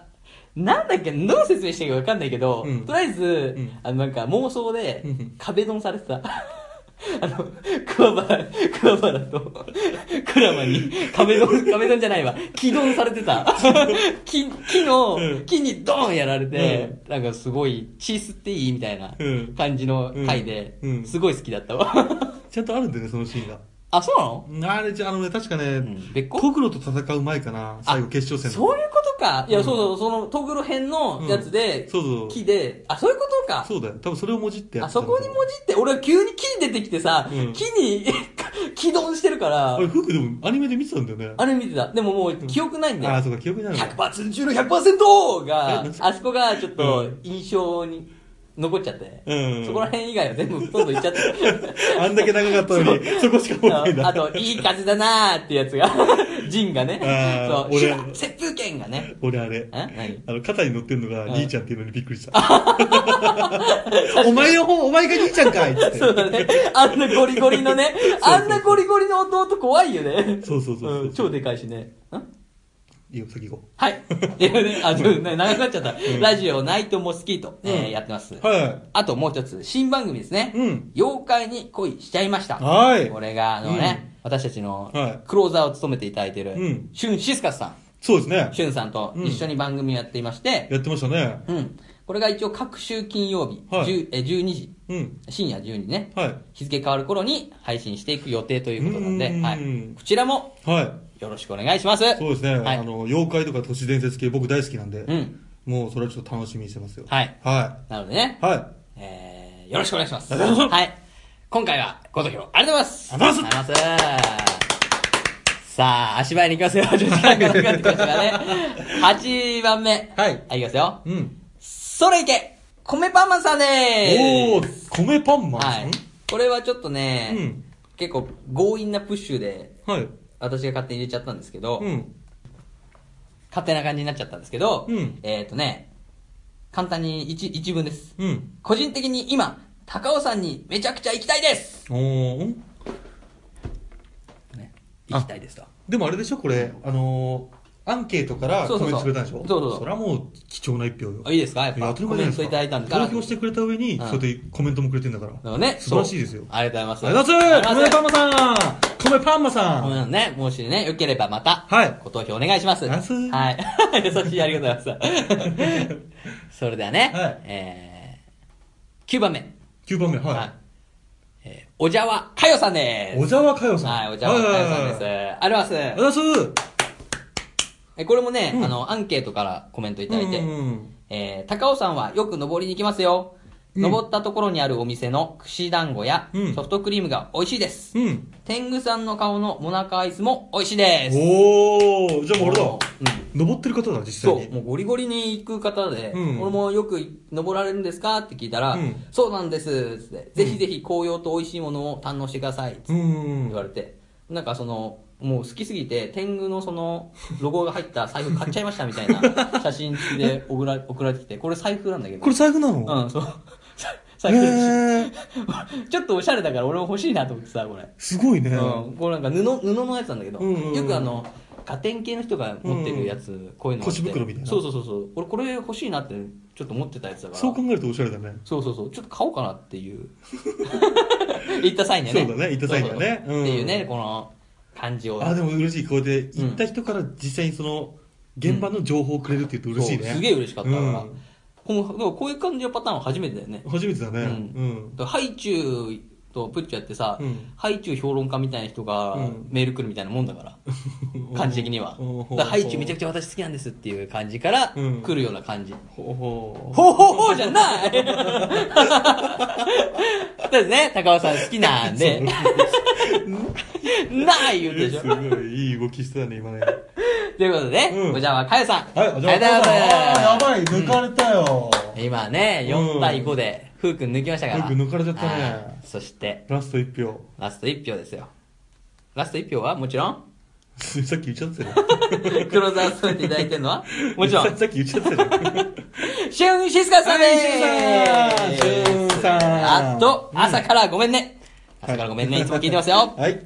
S3: なんだっけ、どう説明していいかわかんないけど、
S2: うん
S3: とりあえず、
S2: うん
S3: あの、なんか妄想で
S2: うん、
S3: 壁ドンされてた。 あの、桑原、桑原と、クラマに、壁ドン、壁ドンじゃないわ、木ドンされて た。木、木の
S2: うん、
S3: 木にドンやられて、なんかすごい、血吸っていいみたいな
S2: うん
S3: 感じの回で、
S2: うんうん
S3: すごい好きだったわ。
S2: ちゃんとあるんだよね、そのシーンが。
S3: あ、そうなの
S2: あれじゃ、あのね、確かね、
S3: ん別個
S2: トグロと戦う前かな、最後決勝戦の
S3: そういうことか。いや、そうそう、その、トグロ編のやつで、
S2: うんそうそう
S3: 木で、あ、そういうことか。
S2: そうだよ。多分それをもじってや
S3: あ
S2: ってた
S3: そ
S2: んだ
S3: こに文字って、俺は急に木に出てきてさ、
S2: うん
S3: 木に 起動してるから
S2: あれ、、フックでもアニメで見てたんだよね。
S3: あれ見てた。でももう記憶ないんだ
S2: あ
S3: よ。
S2: ー、そうか、記憶にないのか。
S3: 100%中の100%が
S2: えなん、す
S3: あそこがちょっ
S2: う
S3: と
S2: ん
S3: 印象に残っちゃって、
S2: うん
S3: そこら辺以外は全部ほとんどいっちゃって
S2: あんだけ長かった のに、そこしか覚えてな
S3: あ
S2: い。
S3: あと、いい風だなーってやつ が、ジンがね、
S2: あー
S3: そう、シ
S2: 俺
S3: ュラ旋風剣がね、
S2: 俺あれ、
S3: え何
S2: あの、肩に乗ってんのが
S3: うん
S2: 兄ちゃんっていうのにびっくりした。 お前の方、お前が兄ちゃんかいっつって。
S3: そうだね。あんなゴリゴリのね、
S2: そう
S3: あんなゴリゴリの弟怖いよね。
S2: そうそうそうそう
S3: うん超でかいしね。ん
S2: いいよ、先行こ
S3: はい。 っていうね、あ、ちょっとね長くなっちゃった。
S2: ん
S3: ラジオナイトモスキート、え
S2: う
S3: ー
S2: ん
S3: やってます。
S2: う。は
S3: あともう一つ、新番組ですね。
S2: うん
S3: 妖怪に恋しちゃいました。
S2: はい
S3: これが、あのね、私たちの
S2: はい
S3: クローザーを務めていただいてる、
S2: うん
S3: シュンシスカスさん、
S2: い。そうですね。
S3: シュンさんと一緒に番組をやっていまして、
S2: やってましたね。
S3: うん。これが一応各週金曜日、
S2: はい
S3: 10え12時、
S2: うん。
S3: 深夜12時ね、
S2: は
S3: 日付変わる頃に配信していく予定ということなんで、
S2: うん
S3: はい、こちらも
S2: い。は
S3: よろしくお願いします。
S2: い。そうですね。
S3: はい
S2: あの、妖怪とか都市伝説系僕大好きなんで、
S3: うん。
S2: もうそれはちょっと楽しみにしてますよ。
S3: はい。
S2: は
S3: なのでね
S2: い。、は
S3: えー、よろしくお願いします。
S2: ありがとうございま
S3: はい。今回はご投票ありがとうございます。
S2: ありがとうござい
S3: ありがとうございます。さあ、足早に行きま すよ。ちょっと時間がかかってきましたからね。8番目。
S2: はい
S3: はい、いきますよ。
S2: い。うん。
S3: それいけ米パンマンさんで
S2: お
S3: ーす
S2: ー、米パンマン
S3: は
S2: さ
S3: い
S2: ん。
S3: これはちょっとね、
S2: うん
S3: 結構強引なプッシュで、
S2: はい。
S3: 私が勝手に入れちゃったんですけど、
S2: うん。
S3: 勝手な感じになっちゃったんですけど、
S2: うん
S3: えっ、とね、簡単に一一文です。
S2: うん。
S3: 個人的に今、高尾山にめちゃくちゃ行きたいです、
S2: おー、ん
S3: ね、
S2: あ
S3: 行きたいですと。
S2: でもあれでしょこれ、あのー、アンケートから
S3: そう
S2: コ
S3: そう
S2: メン
S3: そう
S2: トくれたんでしょ
S3: そうそうそう
S2: それはもう貴重な一票よ。
S3: あいいですかやっ
S2: いや当
S3: ぱ
S2: たり
S3: コ
S2: 前じゃ
S3: メ
S2: な
S3: ントいただいたんです
S2: か
S3: からら。
S2: 投票してくれた上に、
S3: うん
S2: そうやってコメントもくれてんだから。
S3: だからね、
S2: 素晴らしいですよ
S3: そう。ありがとうござ
S2: あ
S3: い
S2: り
S3: ま
S2: が
S3: す。
S2: とうござい
S3: あ
S2: ます
S3: りがとうござ
S2: 米パ
S3: い
S2: ンマさん米パンマさん
S3: まうんね、もしね、良ければまた、
S2: はい
S3: ご投票お願いします。
S2: ありがとうござい
S3: はい。 優しい、ありがとうございます。 それではね、
S2: はい
S3: えー、9番目。
S2: !9 番目、
S3: はい
S2: は。
S3: えー、おじゃわかよさんで
S2: い。
S3: す。
S2: 小沢佳代さん。
S3: はい、お茶碗さんです。
S2: はいはいはい
S3: ありがとうござい
S2: あ
S3: ま
S2: り
S3: す。
S2: がとうございます
S3: えこれもね、
S2: うん
S3: あの、アンケートからコメントいただいて、
S2: うん
S3: えー、高尾山はよく登りに行きますよ。
S2: うん
S3: 登ったところにあるお店の串団子や
S2: うん
S3: ソフトクリームが美味しいです。
S2: うん。
S3: 天狗さんの顔のモナカアイスも美味しいです。
S2: おー、じゃあもう俺だ
S3: うん。
S2: 登ってる方だ、実際
S3: そう、
S2: に。
S3: もうゴリゴリに行く方で、
S2: うん
S3: 俺もよく登られるんですかって聞いたら、
S2: うん
S3: そうなんです、つって、ぜひぜひ紅葉と美味しいものを堪能してください、つって
S2: う
S3: 言わ
S2: ん。
S3: れて、なんかその、もう好きすぎて、天狗のその、ロゴが入った財布買っちゃいましたみた いな写真付きで送ら送られてきて、これ財布なんだけど。
S2: これ財布な
S3: う
S2: の
S3: ん、そう。
S2: へ
S3: 財布だし
S2: ー。
S3: ちょっとおしゃれだから俺も欲しいなと思ってさ、これ。
S2: すごいね。
S3: うん、これなんか布、布のやつなんだけど、
S2: うんうんうん
S3: よくあの、ガテン系の人が持ってるやつ、こういうのがあって
S2: 腰袋みたいな
S3: そうそうそうそう。俺これ欲しいなって、ちょっと持ってたやつだから。
S2: そう考えるとおしゃれだね。
S3: そうそうそう。ちょっと買おうかなっ ていう。行った際にはね。
S2: そうだね行った際にはね
S3: そう
S2: う
S3: そう
S2: ん
S3: っていうね、この感じを。
S2: あ、でも嬉しい。こうやって行った人から実際にその、現場の情報をくれるって言うと嬉しい
S3: そ
S2: ね。
S3: うすげえ嬉しかったから。
S2: うん
S3: このでもこういう感じのパターンは初めてだよね。
S2: 初めてだね。
S3: う
S2: うんん。
S3: だからハイチュウとプッチュやってさ、
S2: うん
S3: ハイチュウ評論家みたいな人が
S2: うん
S3: メール来るみたいなもんだから、感じ的には。
S2: うん
S3: だからハイチュウめちゃくちゃ私好きなんですっていう感じから
S2: うん
S3: 来るような感じ。
S2: ほうほう
S3: ほうほうほうじゃない そうですね、高尾さん好きなんで。 ない言うでしょ
S2: す。ごい、いい動きしてたね、今ね。
S3: ということでね、
S2: うん
S3: おじゃまかよさん。
S2: はい、
S3: あり
S2: お
S3: がとうございます。
S2: あーやばい、抜かれたよ。
S3: 今ね、
S2: う
S3: 4
S2: ん
S3: 対5で、ふうくん抜きましたから。
S2: ふうくん抜かれちゃったね
S3: はいそして、
S2: ラスト1票。
S3: ラスト1票ですよ。ラスト1票はもちろん、
S2: さっき言っちゃってたよ。
S3: 黒沢さんていただいてるの は、もちろん、
S2: さっき言っちゃ ってたよ。
S3: シュンシスカさん
S2: はい
S3: です
S2: シュンさんシュンさん
S3: あと、朝からごめんね。
S2: はい
S3: 朝からごめんね、いつも聞いてますよ。
S2: はい。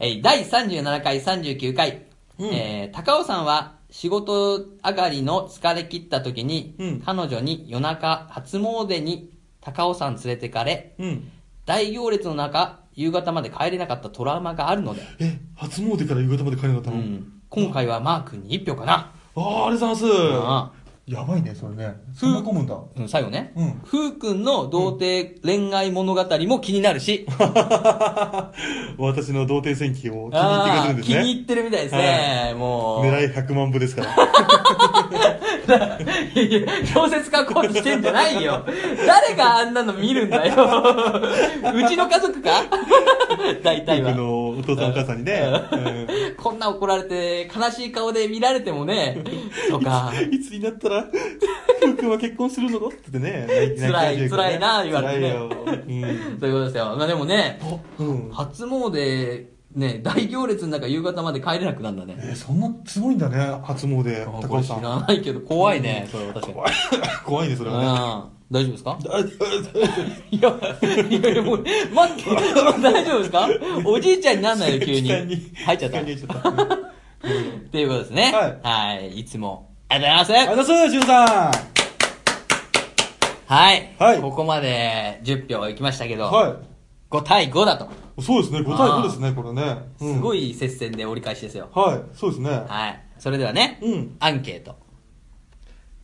S3: えー第37回、39回、
S2: うん
S3: えー高尾山は仕事上がりの疲れ切った時に、
S2: うん
S3: 彼女に夜中初詣に高尾山連れてかれ、
S2: うん。
S3: 大行列の中、夕方まで帰れなかったトラウマがあるので、
S2: え、初詣から夕方まで帰れなかった
S3: う
S2: の、
S3: ん、今回はマー君に1票かな。
S2: ああ、ありがとうござい
S3: あ
S2: ます。やばいね、それね。そんな混むんだ。
S3: うん、最後ね。
S2: うん
S3: ふうくんの童貞恋愛物語も気になるし、
S2: 私の童貞戦記を気に入ってくれてるん
S3: あー
S2: です
S3: 気に
S2: ね。
S3: 入ってるみたいですね。もう。
S2: 狙い100万部ですから。
S3: いやいや、小説書こうとしてんじゃないよ。誰があんなの見るんだよ。うちの 家族か大体
S2: 僕
S3: は。
S2: のお父さんお母さんにね。うん
S3: こんな怒られて、悲しい顔で見られてもね、そうか。
S2: いつになったら、ふうくんは結婚するのってってね。泣泣
S3: 辛い
S2: き始めるから
S3: 辛いな言われてね
S2: 辛いよ。
S3: そういうことですよ。まあでもね、
S2: うん。うん。
S3: 初詣、ね、大行列の中夕方まで帰れなくなるんだね。
S2: えーそんなすごいんだね、初詣、
S3: あ
S2: 高
S3: こ
S2: 尾
S3: れ知
S2: さん。
S3: らないけど、怖いね、それは確かに。
S2: 怖い 怖いね、それ
S3: うん
S2: はね。
S3: 大丈夫ですか
S2: だ
S3: いや、いやいや、もう、待って、大丈夫ですかおじいちゃんになんないよ、急に。
S2: 期間に
S3: 入っちゃっ
S2: 期
S3: た。
S2: 間に入っちゃった。
S3: っていうことですね。はい。い。つも、ありがとうござい
S2: ありが
S3: ます。
S2: とうございます、じゅんさん。
S3: はい。
S2: はい
S3: ここまで10票いきましたけど、
S2: は
S3: 5対5だと。
S2: い。そうですね、5対5ですね、これね。
S3: すご
S2: い。
S3: い接戦で折り返しですよ。
S2: はい、そうですね。
S3: はい。それではね、
S2: うん
S3: アンケート。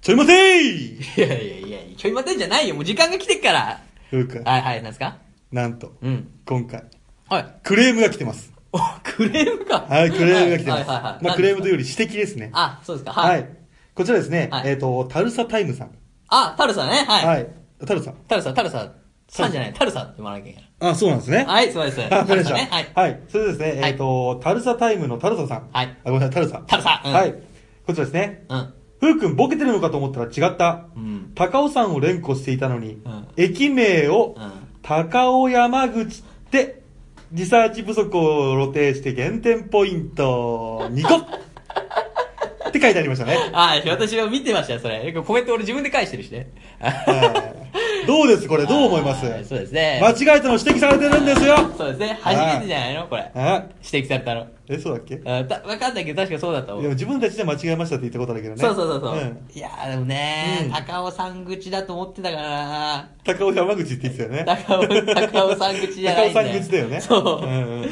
S2: ちょい待てー
S3: いやいやいや、ちょい待てんじゃないよ。もう時間が来てっから。
S2: ふうくん、
S3: はい、はい、なんですか
S2: なんと、
S3: うん。
S2: 今回、
S3: はい。
S2: クレームが来てます。
S3: お、クレームか。
S2: はい、クレームが来てます。
S3: はい、はい、はい。
S2: まあ、クレームという
S3: う。
S2: より指摘ですね。
S3: あ、そうですか。は。
S2: はいい。こちらですね
S3: は、い
S2: えっと、タルサタイムさん。
S3: あ、タルさんね。はい。
S2: はい。タルさん。
S3: タルさん、タルさん。さんじゃない、タルさんって言わなきゃいけない。
S2: あ、そうなんですね。
S3: はい、そうです。
S2: あ、わかりました。
S3: タルさんね。はい。
S2: はい。それでですね、
S3: はい
S2: えっ、と、タルサタイムのタルサさん。
S3: はい
S2: あ、ごめんなさい、タルサ。
S3: タルさんうん
S2: はい。こちらですね。
S3: うん。
S2: ふうくんボケてるのかと思ったら違った。
S3: うん
S2: 高尾山を連呼していたのに、
S3: うん
S2: 駅名を
S3: うん
S2: 高尾山口って、リサーチ不足を露呈して減点ポイント2個って書いてありましたね。
S3: ああ、私は見てましたよ、それ。コメント俺自分で返してるしね。
S2: はいどうですこれどう思います
S3: あーそうですね。
S2: 間違えたの指摘されてるんですよ
S3: そうですね。初めてじゃないのこれ。
S2: あ
S3: 指摘されたの。
S2: え、そうだっけ
S3: うんたわかんないけど、確かそうだった
S2: い
S3: 思
S2: や
S3: う。
S2: 自分たちで間違えましたって言ったことあるけどね。
S3: そうそうそうそう、
S2: ん
S3: いやーでもね
S2: うん
S3: 高尾山口だと思ってたからな
S2: 高尾山口って言ってたよね。
S3: 高尾、高尾山口じゃないんだよ。
S2: 高尾山口だよね
S3: そう。
S2: うんうんうん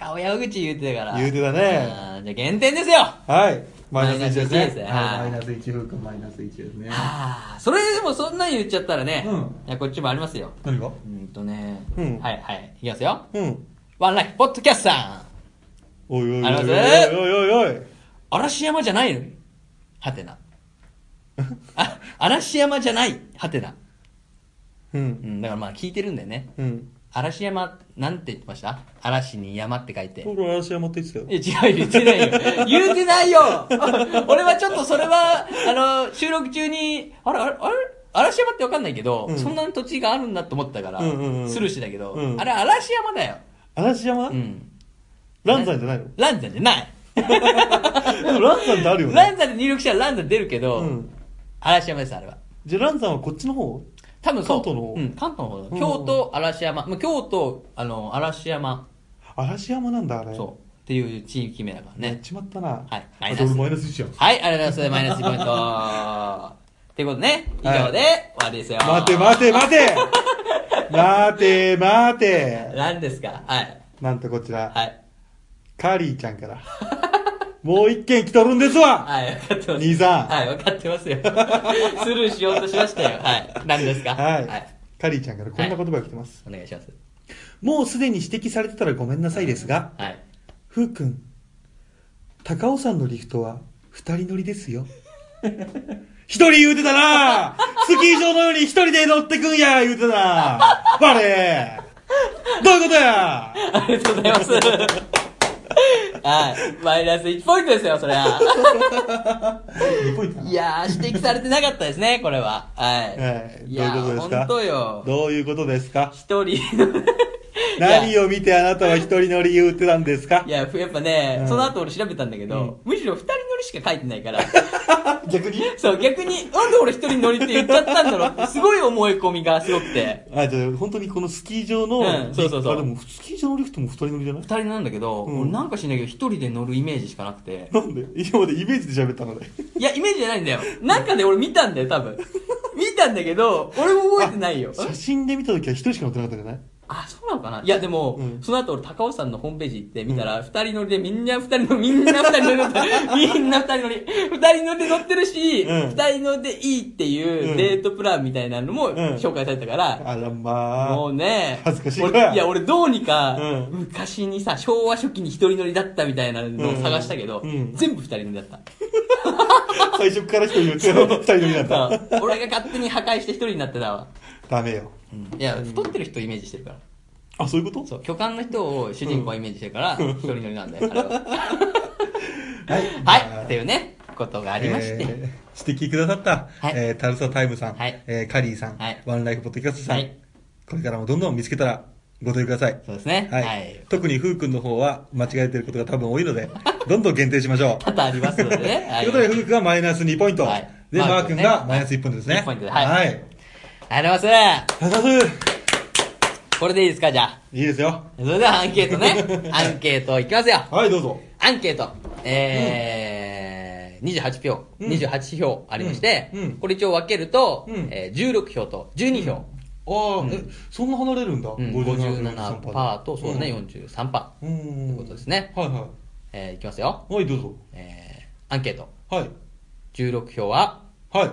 S3: 高尾山口言うてたから。
S2: 言うてたね
S3: うん。じゃあ減点ですよ
S2: はい。マイナス1
S3: マイナ
S2: で
S3: ス一ですすね
S2: ね。
S3: はい
S2: ナス1、ふうくんマイナス1ですね
S3: ああ、それでもそんなん言っちゃったらね、
S2: うん
S3: いや、こっちもありますよ。
S2: 何が
S3: うんとね、
S2: うん
S3: はいはい、いきますよ。
S2: うん。
S3: ワンライフポッドキャストさん
S2: おいおいおいお
S3: あ
S2: いお
S3: りがとう
S2: い
S3: ございます
S2: おいおいおい。
S3: 嵐山じゃないのは てな。あ、嵐山じゃないはてな。
S2: う。
S3: うんん、だからまあ聞いてるんだよね。
S2: うん。
S3: 嵐山、なんて言ってました嵐に山って書いて。
S2: 僕は嵐山って言ってたよ。
S3: え、違う、言ってない よ。言うてないよ 俺はちょっとそれは、あの、収録中に、あれ、あれ、あれ嵐山ってわかんないけど、
S2: うん
S3: そんな土地があるんだと思ったから、
S2: うんうんうん
S3: スルーしてたけど、
S2: うん
S3: あれ嵐山だよ。
S2: 嵐山
S3: うん。
S2: 乱山じゃ ないの
S3: ランザじゃない。
S2: でも乱山ってあるよ
S3: ラン
S2: ね。
S3: ザで入力したらランザ出るけど、
S2: うん
S3: 嵐山です、あれは。
S2: じゃあ乱山はこっちの方
S3: 多分そう。
S2: 関東の方
S3: うん、関東の方だ
S2: うん
S3: 京都、嵐山。まあ、京都、あの、嵐山。
S2: 嵐山なんだ、あれ。
S3: そう。っていう地域名だから
S2: やっ
S3: ね。
S2: ちまったな。
S3: はいマイ
S2: あ
S3: ナス
S2: と俺マイナス1じゃん。
S3: はい、ありがとうございます。マイナス1ポイン ト。ってことね。以上で、
S2: は
S3: 終わりですよ。
S2: 待て待て待て待て待て
S3: 何ですかはい。
S2: なんとこちら、
S3: はい。
S2: カリーちゃんから。もう一件来とるんですわ
S3: はい、分かってます。
S2: 兄さん
S3: はい、分かってますよ。 スルーしようとしましたよ。はい。何ですか
S2: はい。カリーちゃんからこんな言葉が来てます。
S3: お願いします。
S2: もうすでに指摘されてたらごめんなさいですが、
S3: はい。
S2: ふうくん、高尾山のリフトは二人乗りですよ。一人言うてたなスキー場のように一人で乗ってくんや言うてたな我どういうことや
S3: ありがとうございます。はい。マイナス1ポイントですよ、それは。
S2: !2 ポイント
S3: いやー、指摘されてなかったですね、これは。はい。
S2: ええ
S3: いやー
S2: どういうことですか
S3: 本当よ。
S2: どういうことですか
S3: 一人の。
S2: 何
S3: を
S2: を見てあなたは一人乗り言うてたんですか
S3: いや、やっぱね、
S2: うん
S3: その後俺調べたんだけど、むしろ二人乗りりしか書いてないから。
S2: 逆に
S3: そう、逆に、なんで俺一人乗りって言っちゃったんだろうって、すごい思い込みがすごくて。
S2: あ、じゃあ本当にこのスキー場の、
S3: うんそうそうそう
S2: あ、でもスキー場のリフトも二人乗りじゃない
S3: 二人なんだけど、
S2: うん
S3: 俺なんかしないけど一人で乗るイメージしかなくて。
S2: なんで今までイメージで喋った のね。
S3: いや、イメージじゃないんだよ。なんかで俺見たんだよ、多分。見たんだけど、俺も覚えてないよ。
S2: 写真で見た時は一人しか乗ってなかったじゃない
S3: あ、そうなのかないや、でも、
S2: うん
S3: その後俺、高尾山のホームページ行って見たら、二、人乗りでみんな二人乗り、みんな二人乗り乗って、みんな二人乗り、二人乗りで乗ってるし、
S2: うん
S3: 二、人乗りでいいっていううんデートプランみたいなのも
S2: ん
S3: 紹介されたから、
S2: あらまあ。
S3: もうね、
S2: 恥ずかしいな
S3: 俺いや、俺どうにか、
S2: うん
S3: 昔にさ、昭和初期に一人乗りだったみたいなのを探したけど、
S2: うんうん
S3: 全部二人乗りだった。
S2: 最初から一人乗りって二人乗りになった。
S3: うん俺が勝手に破壊して一人になってたわ。
S2: ダメよ。
S3: いや、太ってる人をイメージしてるから。
S2: あ、そういうこと
S3: そう、巨漢の人を主人公をイメージしてるから、一人乗りなんだよ、あれは。
S2: はい。
S3: はい、っていうね、ことがあ
S2: あ
S3: りまして。
S2: 指摘くださった、
S3: はい
S2: えータルサタイムさん、
S3: はい
S2: えーカリーさん、
S3: はい
S2: ワンライフポッドキャストさん、
S3: はい
S2: これからもどんどん見つけたらご投票ください。
S3: そうですね。
S2: はい。
S3: はい。
S2: 特にふうくんの方は間違えてることが多分多いので、どんどん限定しましょう。
S3: 多々ありますの でね。
S2: と
S3: は
S2: い
S3: い
S2: こ
S3: う
S2: とで、ふうくんがマイナス2ポイント。
S3: はい
S2: で、
S3: マ
S2: マ
S3: ー
S2: ー
S3: 君
S2: 君
S3: ね
S2: がマイナス1ポイントですね。
S3: 1ポイントではい
S2: はい。
S3: ありがとうございま
S2: ありがとうございます
S3: す。これでいいですか、じゃあ。
S2: いいですよ。
S3: それではアンケー トね。アンケートいきますよ。
S2: はい、どうぞ。
S3: アンケート。えー、28票、
S2: うん
S3: 28票ありまして、
S2: うんうん
S3: これ一応分けると、
S2: うん
S3: えー16票と12票。
S2: ああ、
S3: うん
S2: え、そんな離れるんだ。
S3: うん、57%と、そうだね、
S2: ん
S3: 43%。
S2: うん。
S3: ということですね
S2: はいは
S3: えー、いきますよ。
S2: い。はい、どうぞ。
S3: えー、アンケート。
S2: はい。
S3: 16票は、
S2: はい。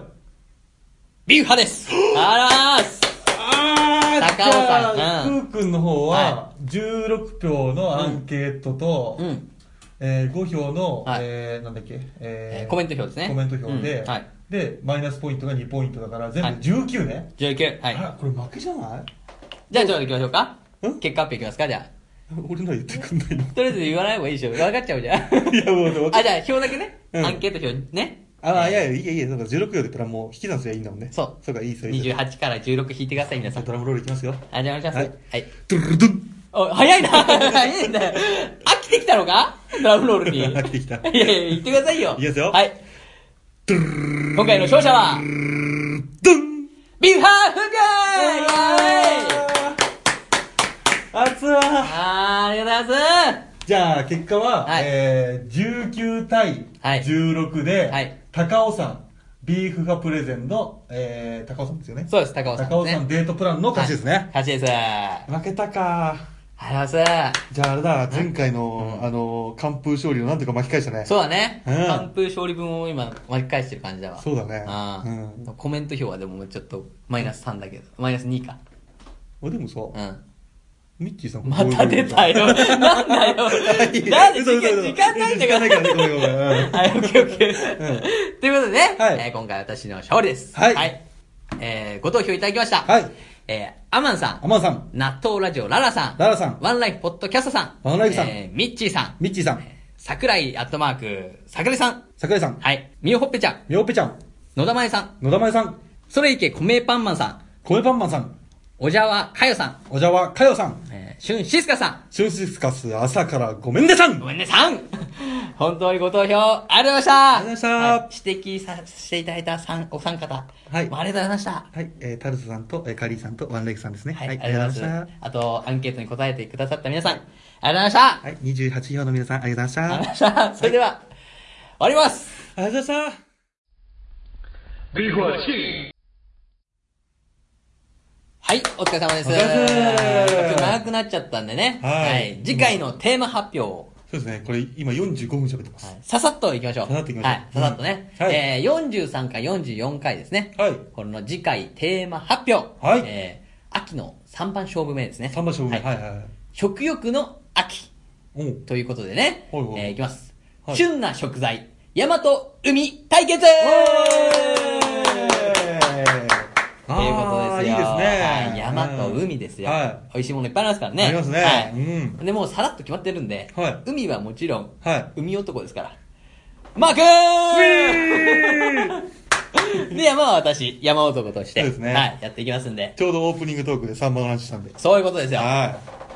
S3: ビーフ派 ですあらーす
S2: あ
S3: ー高尾さんじゃあうん
S2: ふうくんの方
S3: は、
S2: 16票の
S3: アン
S2: ケートと
S3: うん。
S2: えー、5票の、
S3: はい
S2: えー、なんだっけ、え
S3: えー
S2: ー
S3: コメント票ですね
S2: コメント票で、
S3: うんはい
S2: で、マイナスポイントが2ポイントだから、全
S3: はい
S2: 部19ね。
S3: 19。はい
S2: あ。ら、これ負けじゃない
S3: じゃあ、ちょっと行きましょうか
S2: ん。
S3: 結果発表いきますか、じゃあ。
S2: 俺のは言ってくんないの。
S3: とりあえず言わない方がいいでしょ。分かっちゃうじゃん。
S2: いや、もう、でも
S3: あ、じゃあ、票だけね。
S2: うん
S3: アンケート票ね。
S2: あ、いやいや、いいや、いいや、なんか16票だったらもう引き算すりゃいいんだもんね。
S3: そう
S2: そうか、いい、それで。
S3: 28から16引いてください、皆さん。
S2: ドラムロールいきますよ。
S3: あ、じゃあ、お願いします。
S2: はい
S3: はい。
S2: ドゥルルドゥン
S3: お、早いな 早いんだよ。飽きてきたのかドラムロールに。
S2: 飽きてきた
S3: いやいや、言ってくださいよ。
S2: いきますよ
S3: はい。今回の勝者は、
S2: ドゥン
S3: ビーフハーフガーイ
S2: 熱は
S3: あー、ありがとうございます
S2: じゃあ、結果は、
S3: はい
S2: えー、19対
S3: はい
S2: 16で、
S3: はい
S2: 高尾さん、ビーフがプレゼンの、えー、高尾さんですよね。
S3: そうです、高尾さん、ね。
S2: 高尾さんデートプランの勝ちですね。
S3: はい。勝ちです。
S2: 負けたか
S3: ありがとうございます。
S2: じゃああれだ、前回の、あの、完封勝利をなんとか巻き返したね。
S3: そうだね。
S2: うん
S3: 完封勝利分を今巻き返してる感じだわ。
S2: そうだね
S3: あー
S2: う
S3: コメント票はでもちょっとマイナス3だけど、マイナス2か。
S2: あでもさ、
S3: うん。
S2: ミッチーさん
S3: また出たよ。なんだよ。なんで時間時間ないんだから。
S2: ね、ごめんごめん。うん
S3: はい、オッケーオッケー。ということでね、
S2: はい
S3: えー今回私の勝利です。
S2: はい
S3: えーご投票いただきました。
S2: はい。
S3: えーアマンさん。
S2: アマンさん、
S3: 納豆ラジオララさん。
S2: ララさん
S3: ワンライフポッドキャストさん。
S2: ワンライフさん
S3: えーミッチーさん。
S2: ミッチーさん、
S3: 桜井アットマーク、桜井さん。
S2: 桜井さん、
S3: はい。みよほっぺちゃん。
S2: みょうぺちゃん、
S3: 野田まえさん。
S2: 野田前さん、
S3: それいけ米パンマンさん。
S2: 米パンマンさん、
S3: おじゃわかよさん。
S2: おじゃわかよさん、
S3: えー、しゅんしすかさん。
S2: シュンシスカス朝からごめんねさん
S3: ごめんねさん 本当にご投票ありがとうございました
S2: ありがとうございま
S3: はい指摘させていただいたさんお三方。
S2: はい
S3: ありがとうございました。
S2: はい、えー、タルスさんと、えー、カリーさんとワンレイクさんですね。
S3: はい、ありがとうございま
S2: し。
S3: した。あと、アンケートに答えてくださった皆さん、ありがとうございました
S2: はい、28票の皆さん、ありがとうござい
S3: た。あり
S2: ま
S3: が
S2: し
S3: とうございました。それでは、終わります
S2: た。ありがとうございました。
S3: はい、お疲れ様です。
S2: お疲れ様です
S3: ちょっと長くなっちゃったんでね。
S2: はい
S3: 次回のテーマ発表を、
S2: そうですね、これ今45分喋ってます。
S3: ささっといきましょう。
S2: ささっと行きましょう
S3: はい、ささっとね。
S2: うんはい
S3: えー、43回、44回ですね。
S2: はい
S3: この次回テーマ発表。
S2: はい
S3: えー、秋の3番勝負目ですね。
S2: 三番勝負、はい、
S3: は。
S2: はいいはい。
S3: 食欲の秋。
S2: おう
S3: ということでね。
S2: はいはい
S3: えー、いきます。
S2: はい
S3: 旬な食材、大和海対決
S2: ということですよ。
S3: ということで
S2: いいで
S3: すよ。
S2: すね。
S3: はい、山と海ですよ。
S2: は
S3: 美味しいものいっぱいありますからね。
S2: ありますね
S3: はい。
S2: う
S3: で、もうさらっと決まってるんで、
S2: はい
S3: 海はもちろん、
S2: い。は
S3: 海男ですから。マーク
S2: い。
S3: ーで、山は私、山男として、
S2: そうですね
S3: はい、やっていきますんで。
S2: ちょうどオープニングトークでサンバの話したんで。
S3: そういうことですよ。
S2: はい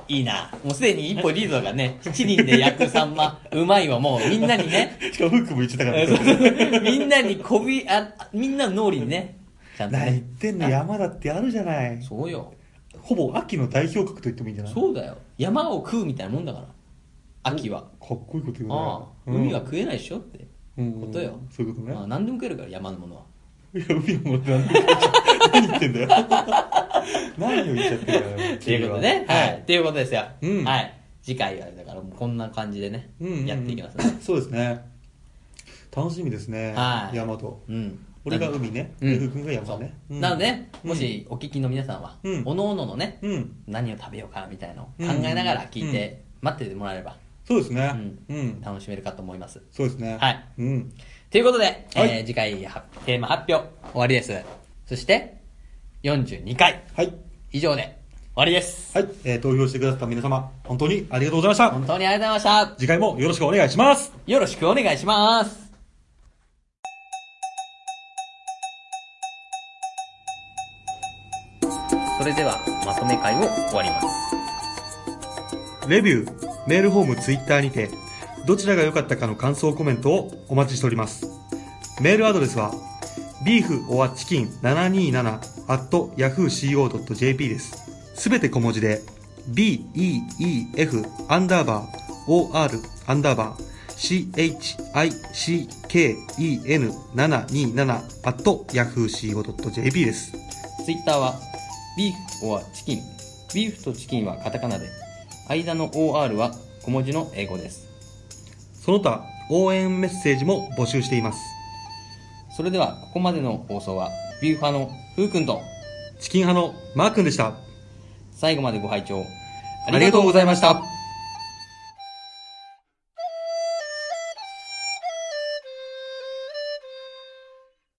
S3: いいな。もうすでに一歩リードがね、七輪で焼くサンマ、うまいわ、もうみんな にね、
S2: しかもフックも言っちゃったか
S3: え
S2: ら
S3: そう
S2: ね。
S3: そうみんなにこび、あ、みんなの脳裏にね、ちゃんと
S2: 何言っ
S3: ね。
S2: てんの山だってあるじゃない。
S3: そうよ。
S2: ほぼ秋の代表格と言ってもいいんじゃないかっ
S3: そうだよ。山を食うみたいなもんだから。秋は。
S2: こいいこと言うね。
S3: ああ、
S2: うん
S3: 海は食えないでしょって。
S2: うん
S3: ことよ
S2: そういうことね
S3: まあ、。何でも食えるから、山のものは。
S2: いや、海はもう何でも言っちゃう何言ってんだよ。 何を言っちゃってんだよ。
S3: っていうことね。
S2: は
S3: はいい。っていうことですよ。
S2: うん
S3: はい。次回は、だからもうこんな感じでね、
S2: うんうんうん
S3: やっていきますね。
S2: そうですね。楽しみですね。
S3: はい
S2: 山と。
S3: うん。
S2: 俺が海ね。
S3: うん
S2: でふうくんが山ね。
S3: そう
S2: うん
S3: なのでね、
S2: うん
S3: もしお聞きの皆さんは、
S2: うん
S3: おのおののね、
S2: うん。
S3: 何を食べようかみたいなのを考えながら聞いて、待っててもらえれば
S2: そうですね。うん。
S3: 楽しめるかと思います。
S2: そうですね。
S3: はい。
S2: うん。
S3: ということで、
S2: はい
S3: えー次回はテーマ発表終わりです。そして、42回
S2: はい。
S3: 以上で終わりです。
S2: はい。えー投票してくださった皆様、本当にありがとうございました。
S3: 本当にありがとうございまし
S2: 次回もよろしくお願いします。
S3: た。よろしくお願いします。
S1: それではまとめ会を終わります
S2: レビュー、メールフォーム、ツイッターにて、どちらが良かったかの感想コメントをお待ちしております。メールアドレスは、beeforchicken727-yahooco.jp です。すべて小文字で、beef アンダーバー or アンダーバー chicken727-yahooco.jp です。
S3: ツイッターは、ビーフ or チキン。ビーフとチキンはカタカナで、間の OR は小文字の英語です。
S2: その他、応援メッセージも募集しています。
S3: それでは、ここまでの放送は、ビューファーのふうくんと、
S2: チキン派のマー君でした。
S3: 最後までご拝聴
S2: ありがとうございました。